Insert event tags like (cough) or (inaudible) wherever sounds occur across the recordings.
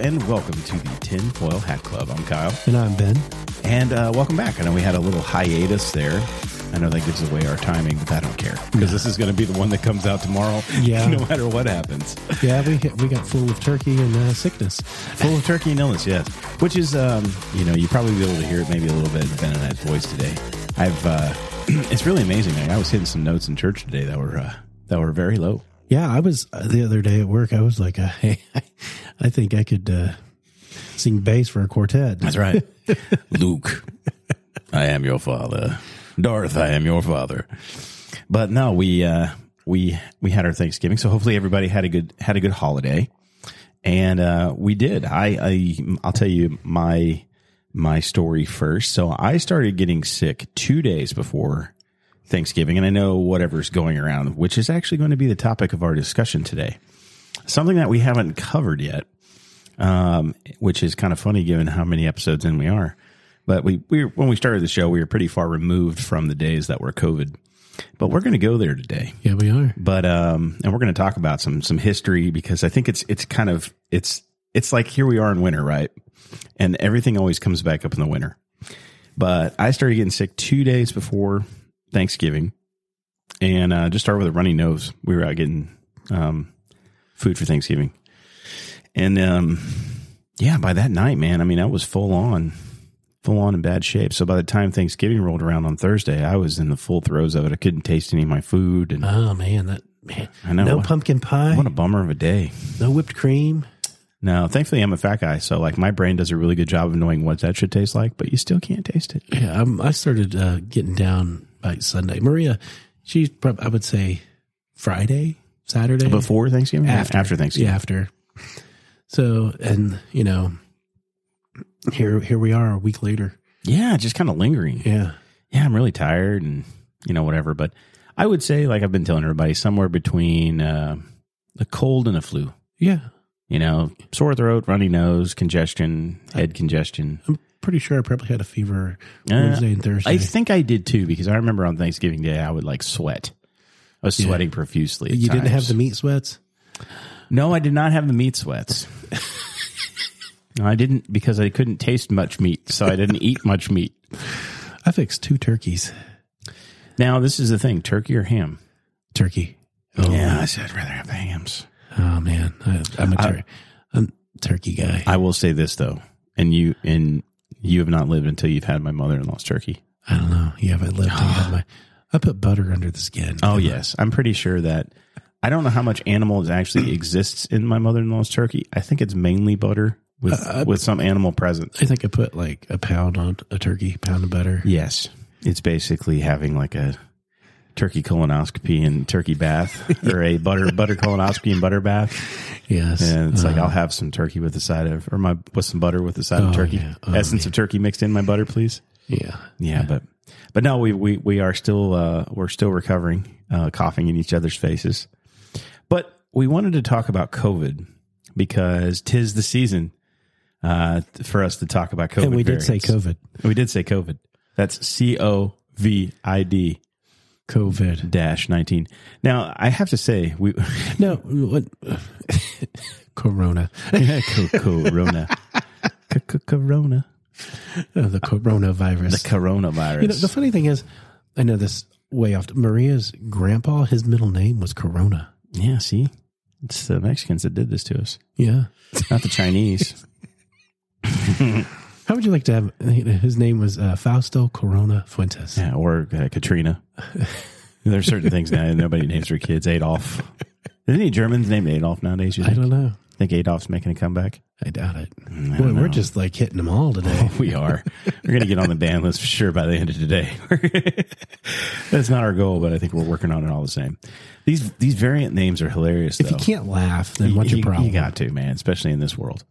and welcome to the Tinfoil Hat Club. I'm Kyle, And I'm Ben. and uh, welcome back. I know we had a little hiatus there. I know that gives away our timing, but I don't care because this is going to be the one that comes out tomorrow, (laughs) Yeah. no matter what happens. Yeah, we we got full of turkey and uh, sickness. Full of turkey and illness, yes. Which is, um, you know, you probably be able to hear it maybe a little bit in Ben and I's voice today. I've, uh, (clears throat) it's really amazing. Like, I was hitting some notes in church today that were uh, that were very low. Yeah, I was uh, the other day at work. I was like, uh, (laughs) hey, I think I could uh, sing bass for a quartet. That's right. (laughs) Luke, I am your father. Darth, I am your father. But no, we uh we we had our Thanksgiving, so hopefully everybody had a good had a good holiday. And uh we did. I, I I'll tell you my my story first. So I started getting sick 2 days before Thanksgiving, and I know whatever's going around, which is actually going to be the topic of our discussion today. Something that we haven't covered yet um, which is kind of funny given how many episodes in we are. But we, we when we started the show, we were pretty far removed from the days that were COVID. But we're going to go there today. Yeah, we are. But um, and we're going to talk about some some history because I think it's it's kind of it's it's like here we are in winter, right? And everything always comes back up in the winter. But I started getting sick two days before Thanksgiving, and uh, just started with a runny nose. We were out getting um, food for Thanksgiving, and um, yeah, by that night, man, I mean I was full on, full on in bad shape. So by the time Thanksgiving rolled around on Thursday, I was in the full throes of it. I couldn't taste any of my food, and Oh man, that man. I know. No What- pumpkin pie. what a bummer of a day. no whipped cream. No, thankfully I'm a fat guy, so like my brain does a really good job of knowing what that should taste like, but you still can't taste it. Yeah, I'm, I started uh, getting down by Sunday. Maria, she's probably I would say Friday, Saturday Before Thanksgiving, After. Thanksgiving, Yeah, after. So and you know, here here we are a week later. yeah, just kind of lingering. Yeah. yeah, I'm really tired and you know whatever. But I would say, like I've been telling everybody, somewhere between uh, the cold and the flu. Yeah. You know, sore throat, runny nose, congestion, head congestion. I'm pretty sure I probably had a fever Uh, Wednesday and Thursday. I think I did too because I remember on Thanksgiving Day I would like sweat. I was sweating profusely. at you didn't have times. the meat sweats? No, I did not have the meat (laughs) sweats. no, I didn't because I couldn't taste much meat, so I didn't eat much meat. I fixed two turkeys. Now this is the thing: turkey or ham? Turkey. Oh, I said I'd rather have the hams. oh man. I, I'm a tur- I'm a turkey guy. I will say this though, and you and you have not lived until you've had my mother-in-law's turkey. I don't know. You haven't lived. till you have my, I put butter under the skin. Oh yes, I'm pretty sure that I don't know how much animal actually exists in my mother-in-law's turkey. I think it's mainly butter with with some animal present. I think I put like a pound on a turkey, pound of butter. Yes, it's basically having like a turkey colonoscopy and turkey (laughs) bath, or a butter butter colonoscopy and butter bath. Yes. And it's like Uh, I'll have some turkey with the side of, or my with some butter with the side Oh, of turkey, yeah. Oh, essence of turkey mixed in my butter, please. yeah. Yeah, but but no, we we we are still uh, we're still recovering, uh, coughing in each other's faces. But we wanted to talk about COVID because tis the season uh, for us to talk about COVID. And we did say variants. COVID. We did say COVID. That's C O V I D COVID. dash nineteen. Now I have to say we (laughs) No. What? (laughs) corona. (laughs) Co- Corona Co- co- Corona Oh, the coronavirus. the coronavirus. You know, the funny thing is, I know this way off. Maria's grandpa, his middle name was Corona. yeah, see, it's the Mexicans that did this to us, Yeah. not the Chinese. (laughs) How would you like to have his name was uh, Fausto Corona Fuentes? Yeah, or uh, Katrina. there are certain things now that nobody names their kids. Adolf. Is any Germans named Adolf nowadays? You I think, don't know. think Adolf's making a comeback? I doubt it. Boy, we're just like hitting them all today. We are. We're going to get on the ban list for sure by the end of today. (laughs) That's not our goal, but I think we're working on it all the same. These these variant names are hilarious. if though. you can't laugh, then what's you, your problem? You got to, man, especially in this world.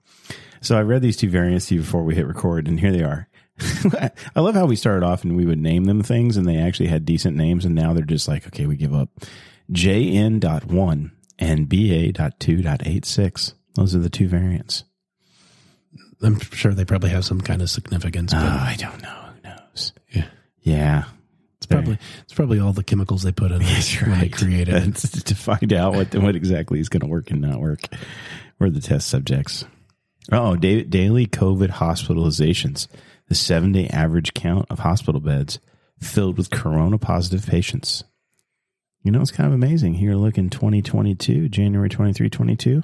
So I read these two variants to you before we hit record, and here they are. (laughs) I love how we started off and we would name them things, and they actually had decent names, and now they're just like, okay, we give up. JN dot one and BA dot two dot eight six. Those are the two variants. I'm sure they probably have some kind of significance. But Oh, I don't know. Who knows? Um, Yeah. Yeah. (laughs) it's probably it's probably all the chemicals they put in That's it when they right. created it. That's to find out what what exactly is going to work and not work. We're the test subjects. Oh, da- daily COVID hospitalizations. The seven day average count of hospital beds filled with corona positive patients. You know, it's kind of amazing. Here, look in 2022, January 23, 22,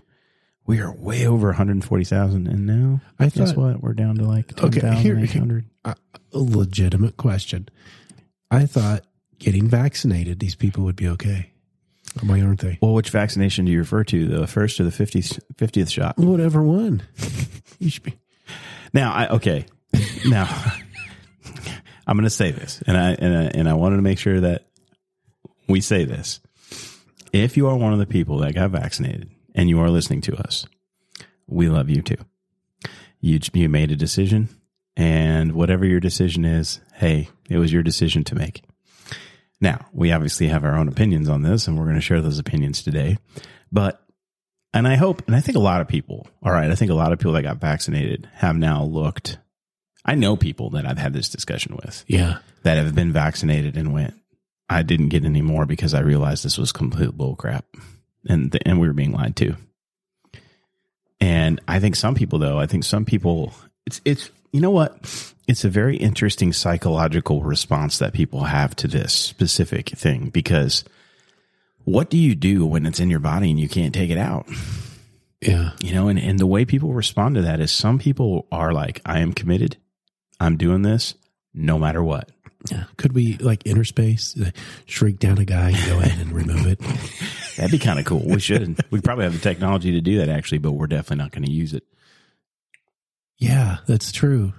we are way over 140,000. And now, I guess thought- what? We're down to like Okay, here- 10,800. A a legitimate question. I thought getting vaccinated, these people would be okay. Why aren't they? Well, which vaccination do you refer to? The first or the 50th, 50th shot? Whatever (laughs) one. You should be. Now, I okay. (laughs) Now, I'm going to say this, and I and I, and I wanted to make sure that we say this. If you are one of the people that got vaccinated and you are listening to us, we love you too. You you made a decision, and whatever your decision is, hey, it was your decision to make. Now, we obviously have our own opinions on this, and we're going to share those opinions today. But and I hope, and I think a lot of people, all right, I think a lot of people that got vaccinated have now looked. I know people that I've had this discussion with Yeah. that have been vaccinated and went, I didn't get any more because I realized this was complete bull crap. And, th- and we were being lied to. And I think some people, though, I think some people, it's, it's, you know what? It's a very interesting psychological response that people have to this specific thing because what do you do when it's in your body and you can't take it out? Yeah. you know and, and the way people respond to that is some people are like i am committed i'm doing this no matter what Yeah. Could we like inner space, uh, shrink down a guy and go in and remove (laughs) it? that'd be kind of cool we should we probably have the technology to do that actually but we're definitely not going to use it Yeah, that's true.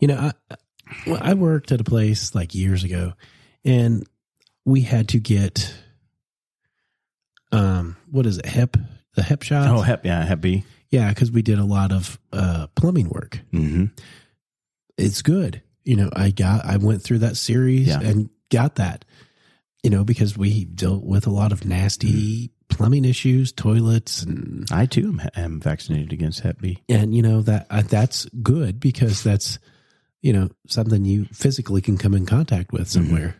You know, I, well, I worked at a place like years ago, and we had to get um, what is it? Hep, the Hep shots. oh hep yeah hep b yeah, because we did a lot of uh, plumbing work. mm-hmm. It's good. You know, I got I went through that series Yeah. and got that. You know, because we dealt with a lot of nasty plumbing issues, toilets, and i too am, am vaccinated against hep b and you know that uh, that's good because that's you know something you physically can come in contact with somewhere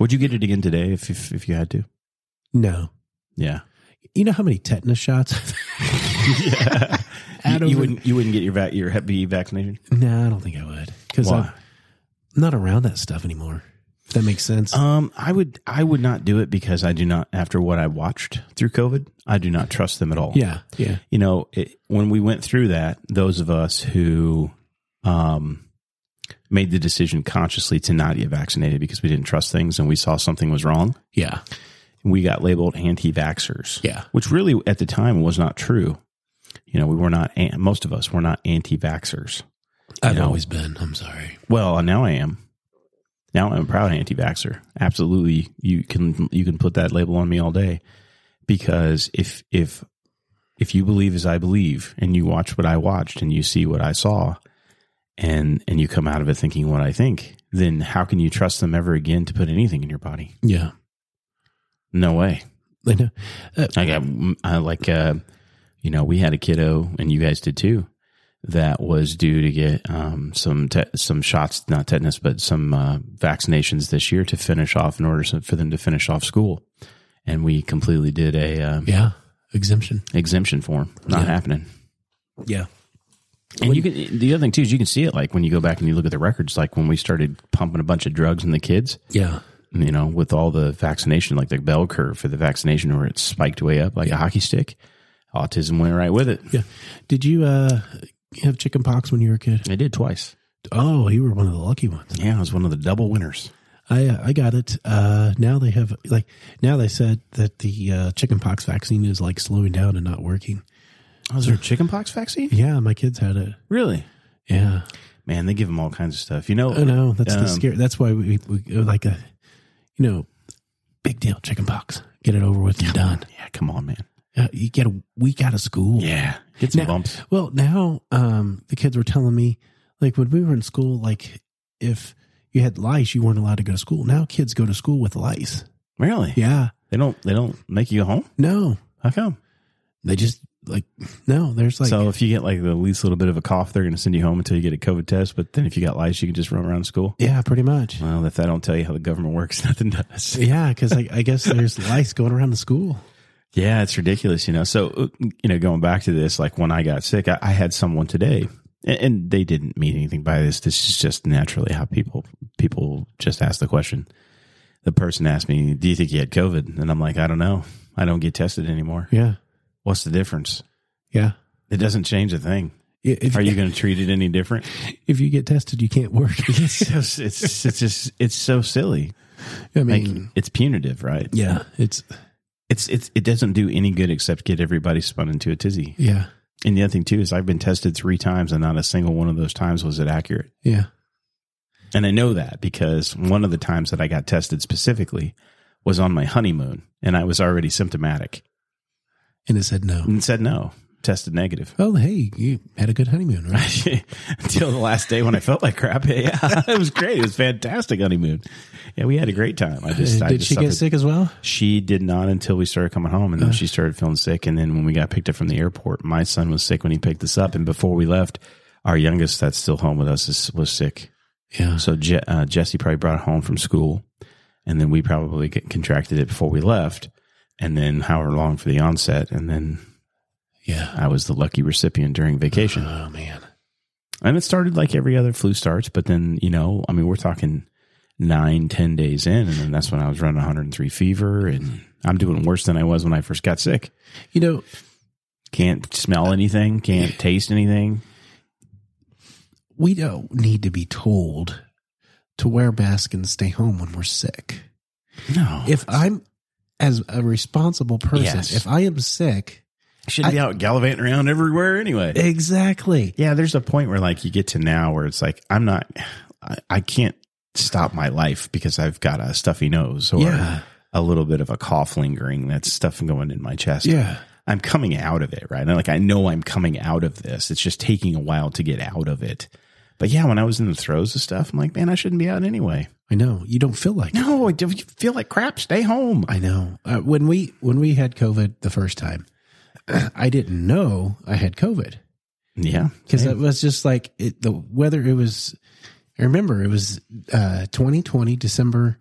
would you get it again today if if, if you had to no yeah (laughs) you know how many tetanus shots (laughs) yeah Adam- you, you wouldn't you wouldn't get your vac your hep b vaccination no i don't think i would because i'm Why? not around that stuff anymore if that makes sense um i would i would not do it because i do not after what i watched through covid i do not trust them at all yeah yeah you know, it, when we went through that, those of us who um, made the decision consciously to not get vaccinated because we didn't trust things and we saw something was wrong, yeah we got labeled anti-vaxxers, yeah which really at the time was not true. You know, we were not, an- most of us were not anti-vaxxers. i've No. always been i'm sorry Well, now I am. Now I'm a proud anti-vaxxer. Absolutely, you can you can put that label on me all day, because if if if you believe as I believe, and you watch what I watched, and you see what I saw, and and you come out of it thinking what I think, then how can you trust them ever again to put anything in your body? yeah No way. i know uh, I got I like uh, you know we had a kiddo and you guys did too that was due to get um, some te- some shots not tetanus but some uh, vaccinations this year to finish off in order so- for them to finish off school and we completely did a um, yeah exemption exemption form not happening yeah and you can the other thing too is you can see it like when you go back and you look at the records like when we started pumping a bunch of drugs in the kids yeah you know, with all the vaccination, like the bell curve for the vaccination where it spiked way up like a hockey stick, autism went right with it. yeah did you uh have chicken pox when you were a kid I did twice. oh you were one of the lucky ones Yeah, I was one of the double winners. I uh, I got it. Uh, now they have like now they said that the uh, chickenpox vaccine is like slowing down and not working. Oh, is there a chickenpox vaccine? Yeah, my kids had it. Really? Yeah, Man, they give them all kinds of stuff. You know, I know that's Um, the scare. That's why we, we go like a you know big deal chickenpox. Get it over with and done. Yeah, come on, man. Uh, you get a week out of school. Yeah, get some Now- bumps. Well, now um, the kids were telling me like when we were in school, like if you had lice, you weren't allowed to go to school. Now kids go to school with lice. Really? Yeah. They don't. They don't make you go home. No, How come? they just like no. There's like so if you get like the least little bit of a cough, they're going to send you home until you get a COVID test. But then if you got lice, you can just run around school. Yeah, pretty much. Well, if I don't tell you how the government works, (laughs) nothing does. Yeah, because I, I guess there's lice going around the school. Yeah, it's ridiculous, you know. So, uh, you know, going back to this, like when I got sick, I, I had someone today, and, and they didn't mean anything by this. This is just naturally how people people just ask the question. The person asked me, "Do you think you had COVID?" And I'm like, "I don't know. I don't get tested anymore. Yeah. What's the difference? Yeah. It doesn't change a thing. I- If, Are you going to treat it any different?" (laughs) if you get tested, you can't work. (laughs) It's so, it's it's just it's so silly. I Like mean, it's punitive, right? yeah, it's It's it's it doesn't do any good except get everybody spun into a tizzy. yeah, And the other thing too is I've been tested three times, and not a single one of those times was it accurate. yeah, And I know that because one of the times that I got tested specifically was on my honeymoon, and I was already symptomatic and it said no. and said no, tested negative. (laughs) Well, hey, you had a good honeymoon, right? Until the last day when I felt like crap. (laughs) Yeah, it was great. It was fantastic honeymoon. Yeah, we had a great time. I (laughs) just Uh, I Did just she get suffered- sick Uh. as well? She did not until we started coming home, and then she started feeling sick. And then when we got picked up from the airport, my son was sick when he picked us up, and before we left, our youngest that's still home with us is, was sick. Yeah, So Je- uh, Jesse probably brought it home from school, and then we probably c contracted it before we left, and then however long for the onset, and then yeah. I was the lucky recipient during vacation. Oh man, And it started like every other flu starts, but then, you know, I mean, we're talking nine, ten days in, and then that's when I was running 103 fever, and I'm doing worse than I was when I first got sick. you know, Can't smell anything, can't taste anything. we don't need to be told to wear masks and stay home when we're sick. No. If I'm as a responsible person, Yes. if I am sick, should be out gallivanting around everywhere anyway. exactly. yeah, there's a point where like you get to now where it's like, I'm not, I, I can't stop my life because I've got a stuffy nose or Yeah. a little bit of a cough lingering. That's stuff going in my chest. Yeah, I'm coming out of it, right? And like I know I'm coming out of this. It's just taking a while to get out of it. But yeah, when I was in the throes of stuff, I'm like, man, I shouldn't be out anyway. I know. You don't feel like it. No, I do you feel like crap. Stay home. I know. Uh, when we when we had COVID the first time, (clears throat) I didn't know I had COVID Yeah, because Same. it was just like it, the weather. It was. I remember it was uh, 2020 December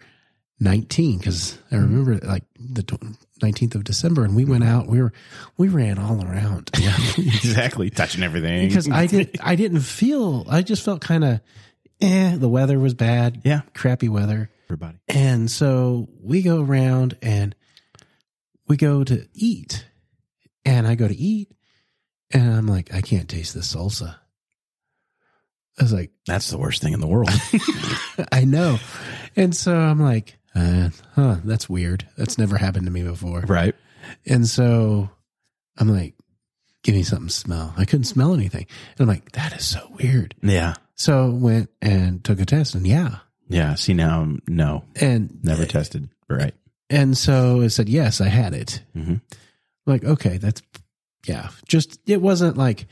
19 because I remember like the tw- 19th of December and we went out. We were we ran all around (laughs) exactly. Touching everything (laughs) because I didn't I didn't feel. I just felt kind of. Eh, the weather was bad. Yeah. crappy weather. everybody. And so we go around and we go to eat. And I go to eat and I'm like, I can't taste this salsa. I was like, That's the worst thing in the world. (laughs) I know. And so I'm like, uh, huh, that's weird. That's never happened to me before. right. And so I'm like, give me something to smell. I couldn't smell anything. And I'm like, that is so weird. Yeah. So I went and took a test and yeah. Yeah. See now, I'm- no, And never tested. Right. And so it said, yes, I had it. Mhm. Like, okay, that's, yeah, just, it wasn't like,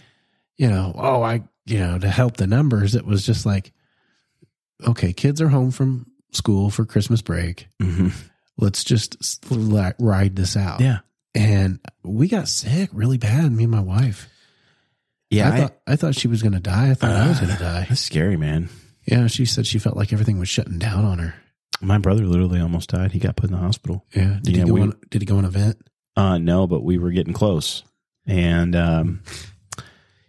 you know, oh, I, you know, to help the numbers. It was just like, okay, kids are home from school for Christmas break. hmm Let's just s- li- ride this out. Yeah. And we got sick really bad, me and my wife. Yeah. I, thought, I thought she was going to die. I thought I was Uh, going to die. that's scary, man. Yeah. She said she felt like everything was shutting down on her. My brother literally almost died. He got put in the hospital. Yeah. Did, Yeah, he, go we- on, did he go on a vent? Uh, no, but we were getting close. And, um,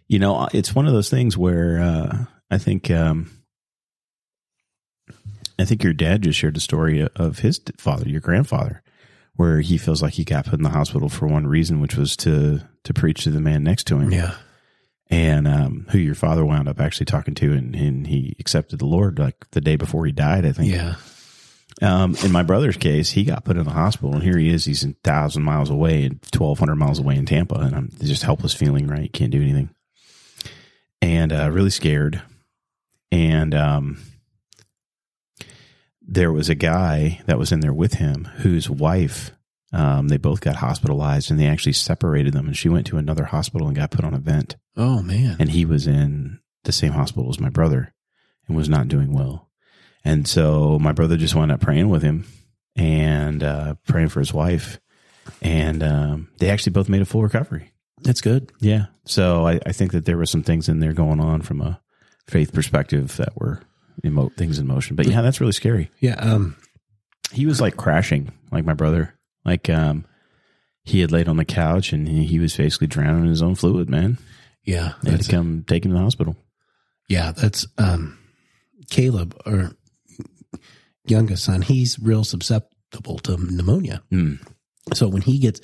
you know, uh, it's one of those things where uh, I think um, I think your dad just shared a story of his father, your grandfather, where he feels like he got put in the hospital for one reason, which was to to preach to the man next to him, Yeah. and um, who your father wound up actually talking to, and, and he accepted the Lord like the day before he died, I think. Yeah. Um, in my brother's case, he got put in the hospital, and here he is. He's a thousand miles away, and twelve hundred miles away in Tampa, and I'm just helpless feeling. Right, can't do anything, and uh, really scared. And um, there was a guy that was in there with him, whose wife. Um, they both got hospitalized, and they actually separated them. And she went to another hospital and got put on a vent. Oh, man. And he was in the same hospital as my brother and was not doing well. And so my brother just wound up praying with him and uh, praying for his wife. And um, they actually both made a full recovery. That's good. Yeah. So I, I think that there were some things in there going on from a faith perspective that were emo- things in motion. But yeah, that's really scary Yeah. Um, he was like crashing like my brother like um he had laid on the couch and he, he was basically drowning in his own fluid, man. Yeah. They had that's- to come take him to the hospital. Yeah, that's um, Caleb, our youngest son. He's real susceptible to pneumonia. Mm. So when he gets,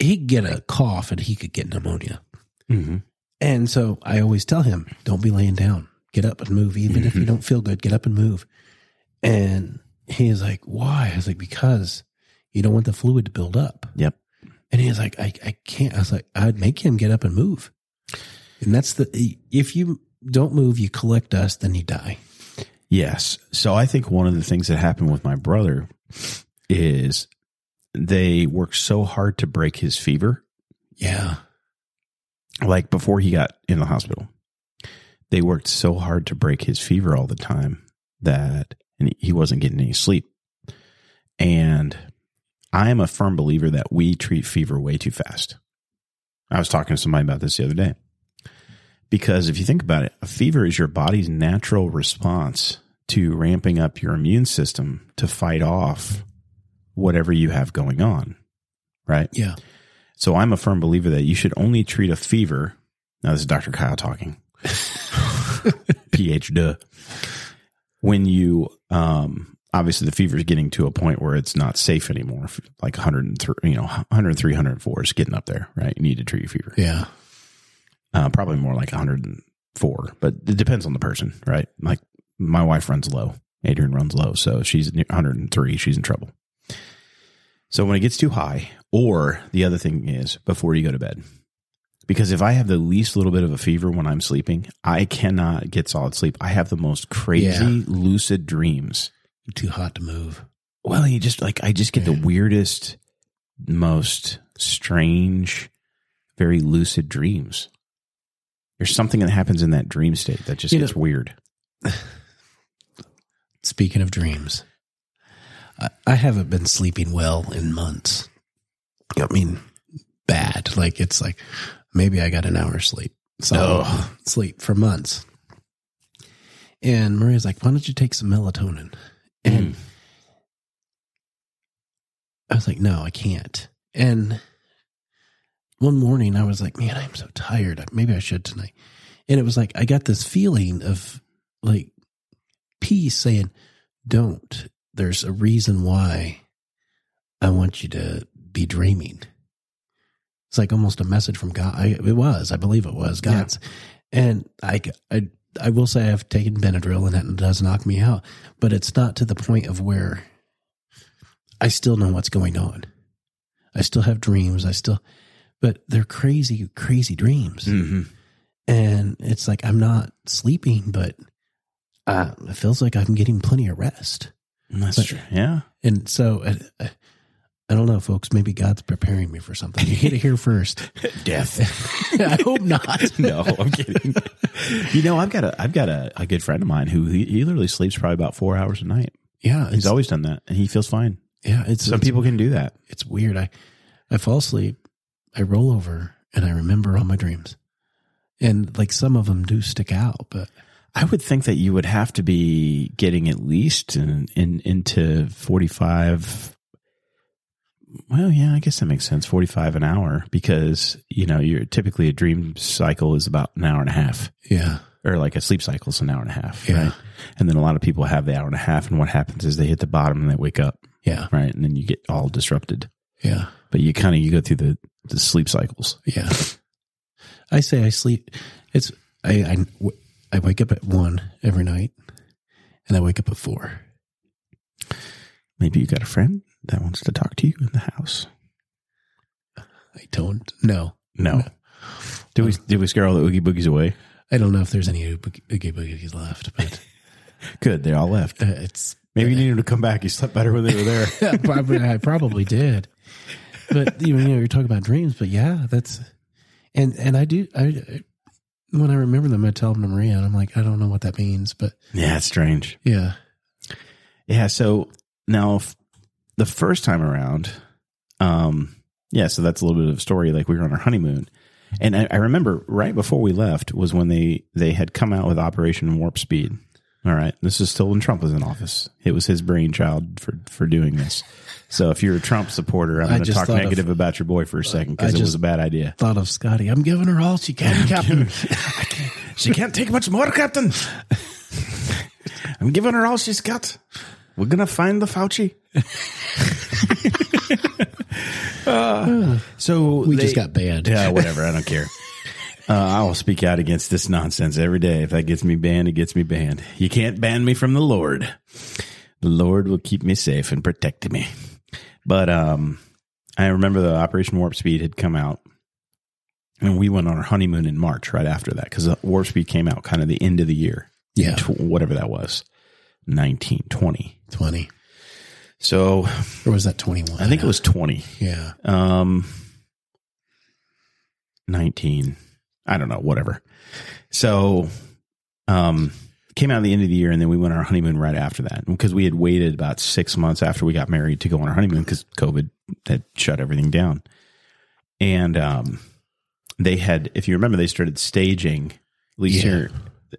he could get a cough and he could get pneumonia. Mm-hmm. And so I always tell him, don't be laying down. Get up and move. Even if you don't feel good, get up and move. And he's like, why? I was like, because you don't want the fluid to build up. Yep. And he's like, I, I can't. I was like, I'd make him get up and move. And that's the, if you don't move, you collect dust, then you die. Yes. So I think one of the things that happened with my brother is they worked so hard to break his fever, Yeah. like before he got in the hospital. They worked so hard to break his fever all the time that and he wasn't getting any sleep. And I am a firm believer that we treat fever way too fast. I was talking to somebody about this the other day. Because if you think about it, a fever is your body's natural response to ramping up your immune system to fight off whatever you have going on, right? Yeah. So I'm a firm believer that you should only treat a fever. Now, this is Dr. Kyle talking. PhD. When you, um, obviously the fever is getting to a point where it's not safe anymore. If, Like 103, you know, 103, 104 is getting up there, right? You need to treat your fever. Yeah. Uh, probably more like 104, but it depends on the person, right? Like my wife runs low. Adrian runs low. So if she's near 103. She's in trouble. So when it gets too high, or the other thing is before you go to bed, because if I have the least little bit of a fever when I'm sleeping, I cannot get solid sleep. I have the most crazy Yeah. lucid dreams. Too hot to move. Well, you just like, I just get the Yeah. weirdest, most strange, very lucid dreams. There's something that happens in that dream state that just You gets know- weird. Speaking of dreams, I, I haven't been sleeping well in months. I mean, bad. Like it's like maybe I got an hour sleep, solid sleep for months. And Maria's like, "Why don't you take some melatonin?" And I was like, "No, I can't." And one morning, I was like, "Man, I'm so tired. Maybe I should tonight." And it was like I got this feeling of like peace saying, don't. There's a reason why I want you to be dreaming. It's like almost a message from God. I, it was, I believe it was God's. And I, I, I will say I've taken Benadryl and that does knock me out, but it's not to the point of where I still know what's going on. I still have dreams. I still, but they're crazy, crazy dreams Mm-hmm. and it's like I'm not sleeping, but uh, it feels like I'm getting plenty of rest. That's But- true. Yeah. And so, uh, uh, I don't know, folks. Maybe God's preparing me for something. You hit it (laughs) here first. Death. (laughs) I hope (laughs) not. no, I'm kidding. you know, I've got a I've got a, a good friend of mine who he, he literally sleeps probably about four hours a night. (laughs) Yeah, He's it's, always done that, and he feels fine. yeah. It's Some it's, people can do that. It's weird. I I fall asleep. I roll over, and I remember all my dreams. And like some of them do stick out, but I would think that you would have to be getting at least in, in into forty five. Well, yeah, I guess that makes sense. Forty five an hour because you know you're typically a dream cycle is about an hour and a half. yeah, or like a sleep cycle is an hour and a half, Yeah. right? And then a lot of people have the hour and a half, and what happens is they hit the bottom and they wake up, yeah, right? And then you get all disrupted. yeah. But you kind of you go through the, the sleep cycles. Yeah. I say I sleep. It's I, I w- I wake up at one every night, and I wake up at four. Maybe you got a friend that wants to talk to you in the house. I don't know. No, did we did we scare all the oogie boogies away? I don't know if there's any oogie oogie boogies left, but Good, they all left. uh, it's (laughs) Maybe you needed to come back. You slept better when they were there. probably (laughs) I probably did. But you know, you're talking about dreams, but yeah, that's and and I do I. I- when I remember them, I tell them to Maria, and I'm like, I don't know what that means, but (laughs) yeah, it's strange. yeah, Yeah. So now f- the first time around, um, yeah, so that's a little bit of a story. Like we were on our honeymoon. And I, I remember right before we left was when they, they had come out with Operation Warp Speed. All right. This is still when Trump was in office. It was his brainchild for, for doing this. So if you're a Trump supporter, I'm I going to just talk thought of- negative about your boy for a second because it just- was a bad idea. Thought of Scotty. I'm giving her all she can, Captain. She can't take much more, Captain. I'm giving her all she's got. We're going to find the (laughs) Fauci. (laughs) Uh, so (laughs) We just got banned. Yeah, Oh, whatever. I don't care. (laughs) Uh, I will speak out against this nonsense every day. If that gets me banned, it gets me banned. You can't ban me from the Lord. The Lord will keep me safe and protect me. But um, I remember the Operation Warp Speed had come out, and we went on our honeymoon in March right after that because Warp Speed came out kind of the end of the year, Yeah. tw- whatever that was, nineteen twenty. 20. So Or was that 21? I think it was 20. Yeah. Um, 19. I don't know, whatever. So, um, came out at the end of the year and then we went on our honeymoon right after that because we had waited about six months after we got married to go on our honeymoon because COVID had shut everything down. And, um, they had, if you remember, they started staging, at least Yeah. here,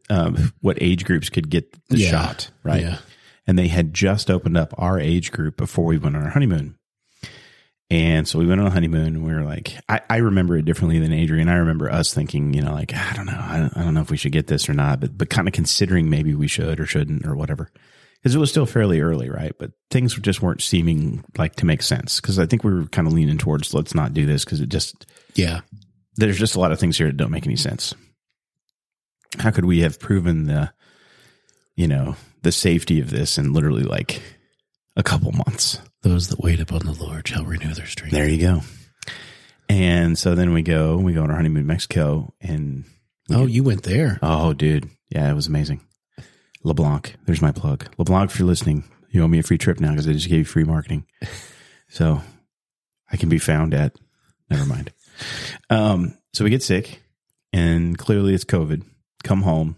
um, what age groups could get the Yeah. shot, right? Yeah. and they had just opened up our age group before we went on our honeymoon. And so we went on a honeymoon and we were like, I, I remember it differently than Adrian. I remember us thinking, you know, like, I don't know, I don't, I don't know if we should get this or not, but, but kind of considering maybe we should or shouldn't or whatever. Cause it was still fairly early, right? But things just weren't seeming like to make sense. Cause I think we were kind of leaning towards let's not do this because it just, Yeah. there's just a lot of things here that don't make any sense. How could we have proven the, you know, the safety of this in literally like a couple months? Those that wait upon the Lord shall renew their strength. There you go. And so then we go, we go on our honeymoon to Mexico and Oh, you went there. oh dude, yeah, it was amazing. LeBlanc, there's my plug. LeBlanc, if you're listening, you owe me a free trip now because I just gave you free marketing. (laughs) So I can be found at never mind. Um, so we get sick and clearly it's COVID. Come home.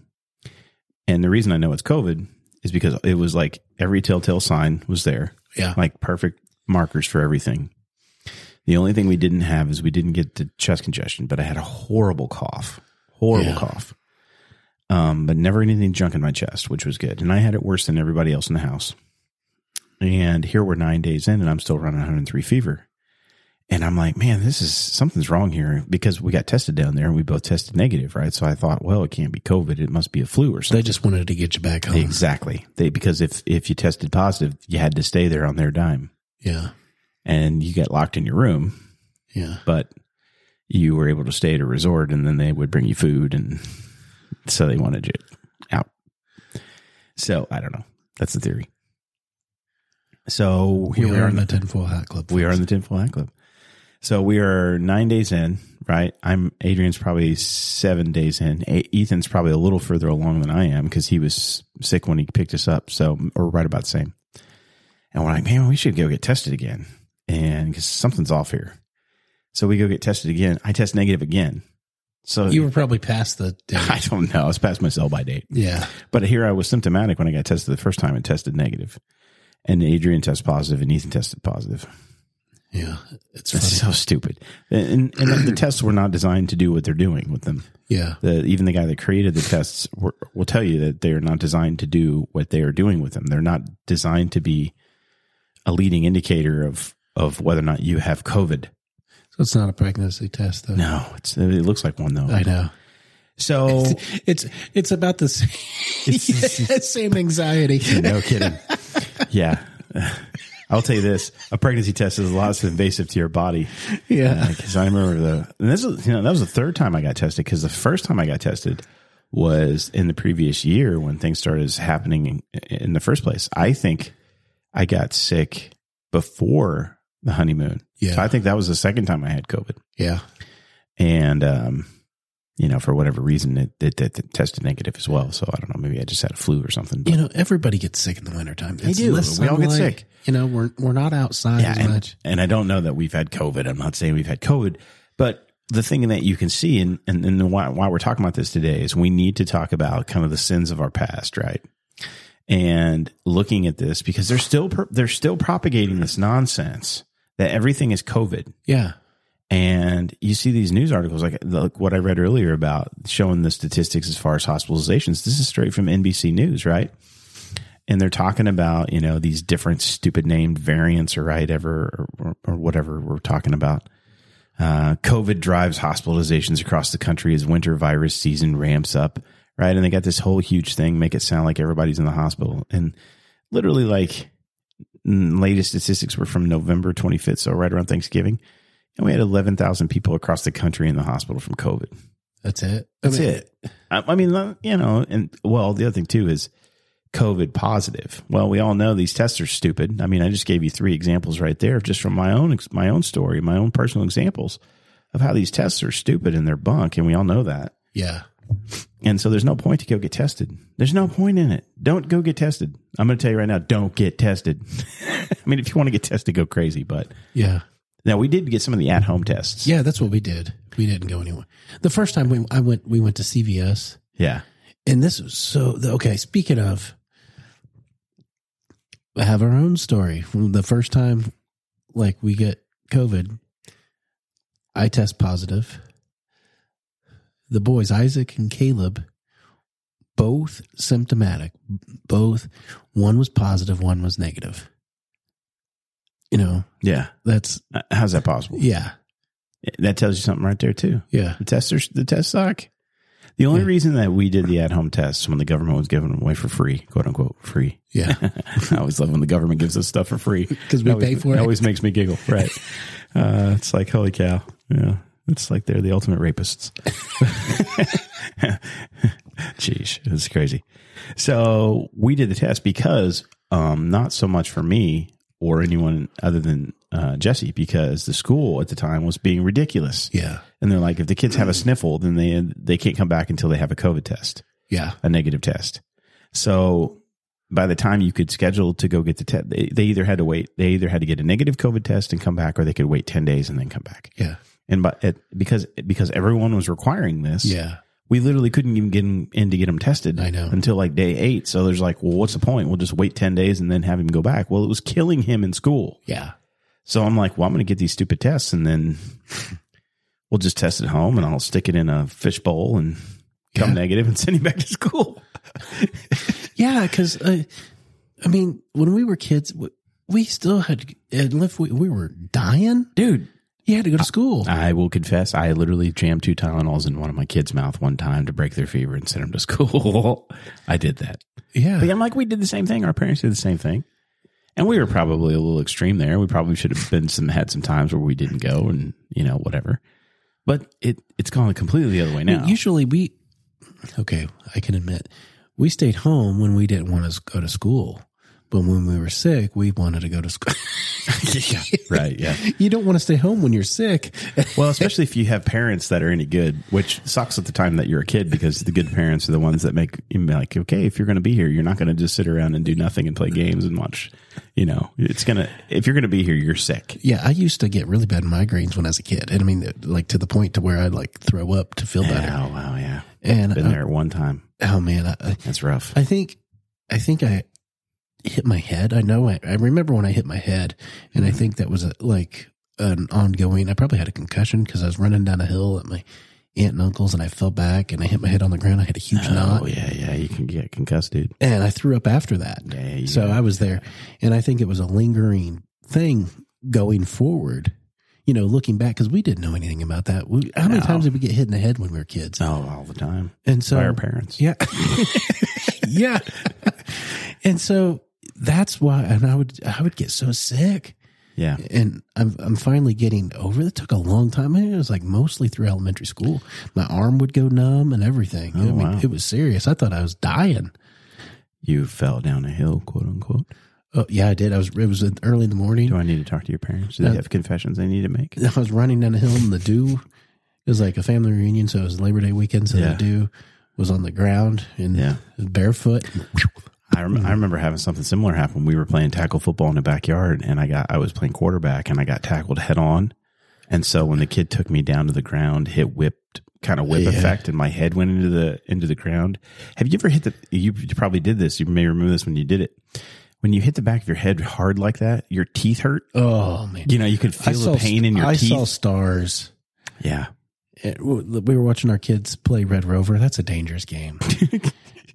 And the reason I know it's COVID is because it was like every telltale sign was there Yeah. like perfect markers for everything. The only thing we didn't have is we didn't get to chest congestion, but I had a horrible cough, horrible Yeah. cough. Um, but never anything junk in my chest, which was good. And I had it worse than everybody else in the house. And here we're nine days in, and I'm still running 103 fever. And I'm like, man, this is something's wrong here because we got tested down there and we both tested negative, right? So I thought, well, it can't be COVID. It must be a flu or something. They just wanted to get you back home. Exactly. They because if if you tested positive, you had to stay there on their dime, Yeah. and you got locked in your room, Yeah. but you were able to stay at a resort, and then they would bring you food, and so they wanted you out. So I don't know. That's the theory. So here we, we, are are. in in the tinfoil hat club. we are in the tinfoil hat club. So we are nine days in, right? I'm Adrian's probably seven days in. A- Ethan's probably a little further along than I am because he was sick when he picked us up. So or right about the same. And we're like, man, we should go get tested again, and because something's off here. So we go get tested again. I test negative again. So You were probably past the. (laughs) I don't know. I was past my sell by date. Yeah. But here I was symptomatic when I got tested the first time and tested negative. And Adrian tested positive and Ethan tested positive. Yeah. It's funny. That's so stupid. And, and (clears throat) and the tests were not designed to do what they're doing with them. yeah. The, even the guy that created the tests were, will tell you that they are not designed to do what they are doing with them. They're not designed to be a leading indicator of of whether or not you have COVID. So it's not a pregnancy test, though. No, it's, it looks like one though. I know. (laughs) so It's it's about (laughs) the same, (laughs) same anxiety. no kidding. yeah, I'll tell you this: a pregnancy test is a lot invasive to your body. (laughs) Yeah. because I remember the and this is you know that was the third time I got tested because the first time I got tested was in the previous year when things started happening in, in the first place. I think I got sick before the honeymoon, Yeah. so I think that was the second time I had COVID, Yeah. and um, you know for whatever reason it, it, it, it tested negative as well. So I don't know, maybe I just had a flu or something. But, You know, everybody gets sick in the wintertime. They do. We all get sick. You know, we're we're not outside as and, much. and I don't know that we've had COVID. I'm not saying we've had COVID, but the thing that you can see, and and, and why, why we're talking about this today is we need to talk about kind of the sins of our past, right? And looking at this because they're still pro- they're still propagating this nonsense that everything is COVID Yeah. and you see these news articles like like what I read earlier about showing the statistics as far as hospitalizations. This is straight from NBC News, right? And they're talking about you know these different stupid named variants or right ever or, or whatever we're talking about. Uh, COVID drives hospitalizations across the country as winter virus season ramps up, right? And they got this whole huge thing, make it sound like everybody's in the hospital, and literally like n- latest statistics were from November 25th, so right around Thanksgiving. And we had 11,000 people across the country in the hospital from COVID. That's it. That's it. I, I mean, uh, you know, and well, the other thing too is COVID positive. Well, we all know these tests are stupid. I mean, I just gave you three examples right there, just from my own ex- my own story, my own personal examples of how these tests are stupid and they're bunk, and we all know that. Yeah. And so there's no point to go get tested. There's no point in it. Don't go get tested. I'm going to tell you right now, don't get tested. (laughs) I mean, if you want to get tested, go crazy. But Yeah. now we did get some of the at home tests. Yeah. That's what we did. We didn't go anywhere. The first time we, I went, we went to CVS. Yeah. And this was so the- okay. Speaking of, I have our own story. From the first time, like we get COVID, I test positive. The boys, Isaac and Caleb, both symptomatic. Both, one was positive, one was negative. You know, Yeah. that's Uh, How's that possible? yeah, That tells you something right there too. yeah, The tests are the tests suck. The only Yeah. reason that we did the at home tests when the government was giving them away for free, quote unquote free. yeah. (laughs) I always love when the government gives us stuff for free. Because we That pay always- for that it. always makes me giggle. Right. Uh, it's like, holy cow. Yeah. It's like they're the ultimate rapists. (laughs) Jeez, it's crazy. So we did the test because um, not so much for me or anyone other than uh, Jesse, because the school at the time was being ridiculous. yeah, And they're like, if the kids have a sniffle, then they they can't come back until they have a COVID test, yeah, a negative test. So by the time you could schedule to go get the test, they, they either had to wait, they either had to get a negative COVID test and come back, or they could wait ten days and then come back. yeah, And but it, because because everyone was requiring this, yeah, we literally couldn't even get him in to get him tested. I know. until like day eight. So there's like, well, what's the point? We'll just wait ten days and then have him go back. Well, it was killing him in school. yeah, So I'm like, well, I'm going to get these stupid tests and then (laughs) we'll just test at home and I'll stick it in a fishbowl and come Yeah. negative and (laughs) send you back to school. yeah. Because I, I mean, when we were kids, we, we still had and if we, we were dying, Dude, you had to go to school. I will confess, I literally jammed two Tylenols in one of my kids' mouth one time to break their fever and sent them to school. (laughs) I did that. yeah, But I'm like, we did the same thing. Our parents did the same thing. And we were probably a little extreme there. We probably should have been some had some times where we didn't go and, you know, whatever. But it it's gone completely the other way now. usually we. Okay, I can admit we stayed home when we didn't want to go to school, but when we were sick, we wanted to go to (laughs) school. right, yeah. you don't want to stay home when you're sick. Well, especially if you have parents that are any good, which sucks at the time that you're a kid because the good parents are the ones that make you be like, okay, if you're going to be here, you're not going to just sit around and do nothing and play games and watch, you know, it's going to, if you're going to be here, you're sick. Yeah, I used to get really bad migraines when I was a kid, and I mean, like to the point to where I'd like throw up to feel better. Oh, wow. Yeah. And Been uh, there at one time. oh man, I, I- That's rough. I think I think I hit my head. I know I, I remember when I hit my head, and I Mm-hmm. think that was a, like an ongoing. I probably had a concussion because I was running down a hill at my aunt and uncle's, and I fell back and I hit my head on the ground. I had a huge Oh, knot, yeah. Yeah. You can get concussed, dude. and I threw up after that. Yeah. yeah, yeah. So I was there, and I think it was a lingering thing going forward. You know, looking back because we didn't know anything about that. We, how many No. times did we get hit in the head when we were kids? oh, all the time. And so By our parents. yeah. (laughs) yeah. And so that's why and I would I would get so sick. Yeah. And I'm I'm finally getting over it. It took a long time. I mean, it was like mostly through elementary school. My arm would go numb and everything. I mean, Oh, wow. it was serious. I thought I was dying. You fell down a hill, quote unquote. Oh yeah, I did. I was it was early in the morning. Do I need to talk to your parents? Do they No. have confessions they need to make? (laughs) I was running down a hill in the dew. It was like a family reunion, so it was Labor Day weekend, so Yeah. the dew was on the ground and Yeah. barefoot. I, Mm-hmm. rem- I remember having something similar happen. We were playing tackle football in the backyard, and I got I was playing quarterback, and I got tackled head on. And so when the kid took me down to the ground, hit whipped kind of whip Yeah. effect, and my head went into the into the ground. Have you ever hit the? You probably did this. You may remember this when you did it. when you hit the back of your head hard like that, your teeth hurt. Oh man, You know, you could feel the pain in your I teeth. saw stars. yeah. It- we were watching our kids play Red Rover. That's a (laughs) dangerous game.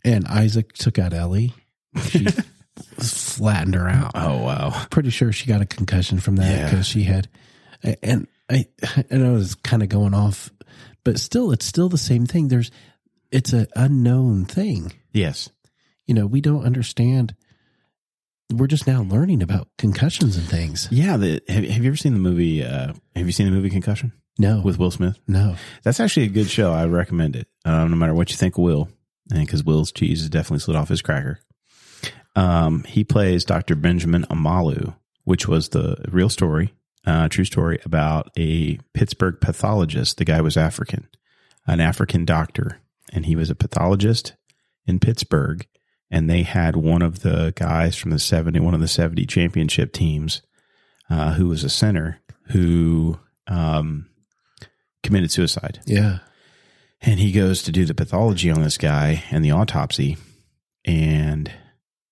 and Isaac took out Ellie. She (laughs) flattened her out. Oh wow. pretty sure she got a concussion from that Yeah. because she had, and I, and I was kind of going off, but still, it's still the same thing. There's, it's an unknown thing. Yes. You know, we don't understand. We're just now learning about concussions and things. Yeah. The, have, have you ever seen the movie? Uh, have you seen the movie Concussion No, with Will Smith? no, That's actually a good show. I recommend it. Um, no matter what you think of Will, and because Will's cheese has definitely slid off his cracker. Um, he plays Dr. Benjamin Amalu, which was the real story, uh, true story about a Pittsburgh pathologist. The guy was African, an African doctor, and he was a pathologist in Pittsburgh. And they had one of the guys from the 70, one of the 70 championship teams, uh, who was a center who, um, committed suicide. yeah, And he goes to do the pathology on this guy and the autopsy and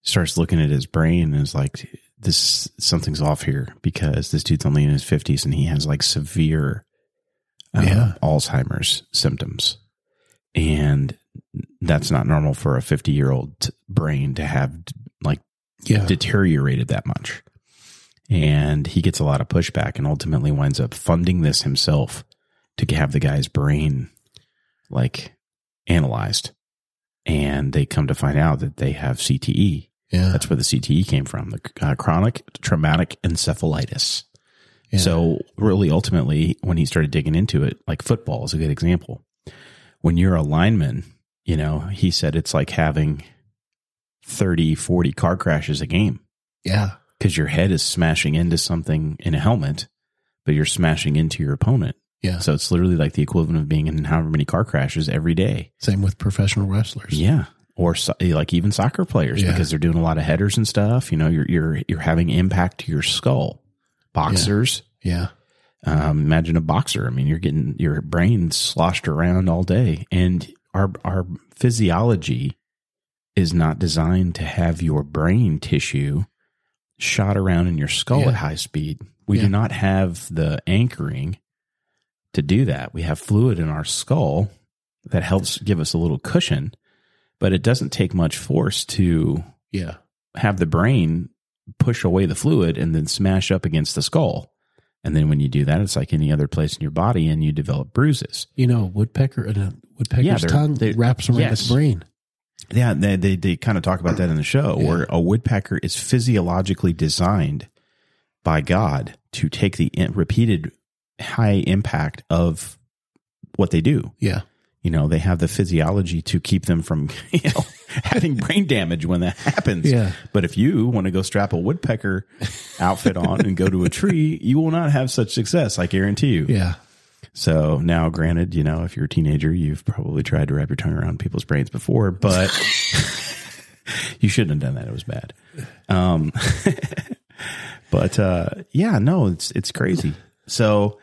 starts looking at his brain and is like, this something's off here because this dude's only in his 50s and he has like severe uh, Yeah. Alzheimer's symptoms. And that's not normal for a 50 year old brain to have like yeah, deteriorated that much. And he gets a lot of pushback and ultimately winds up funding this himself to have the guy's brain like analyzed. And they come to find out that they have E. CTE. yeah. That's where the CTE came from the uh, chronic traumatic encephalitis. yeah. So really, ultimately, when he started digging into it, like football is a good example. When you're a lineman, you know, he said it's like having 30, 40 car crashes a game yeah, because your head is smashing into something in a helmet, but you're smashing into your opponent. yeah. So it's literally like the equivalent of being in however many car crashes every day. Same with professional wrestlers. Yeah. Or so, like even soccer players Yeah. because they're doing a lot of headers and stuff. You know, you're you're you're having impact to your skull. Boxers, yeah, um, imagine a boxer. I mean, you're getting your brain sloshed around all day, and our our physiology is not designed to have your brain tissue shot around in your skull Yeah. at high speed. We Yeah. do not have the anchoring to do that. We have fluid in our skull that helps give us a little cushion, but it doesn't take much force to yeah. have the brain push away the fluid and then smash up against the skull. And then when you do that, it's like any other place in your body and you develop bruises. You know, woodpecker and a woodpecker's Yeah, they're- tongue they- wraps around yes. its brain. Yeah, they, they, they kind of talk about that in the show Yeah. where a woodpecker is physiologically designed by God to take the in- repeated high impact of what they do. Yeah, You know, they have the physiology to keep them from, (laughs) you know, having brain damage when that happens. yeah, But if you want to go strap a woodpecker outfit on and go to a tree, you will not have such success, I guarantee you. yeah, So now, granted, you know, if you're a teenager, you've probably tried to wrap your tongue around people's brains before, but you shouldn't have done that. It was bad. Um, (laughs) but uh, yeah, no, it's it's crazy. So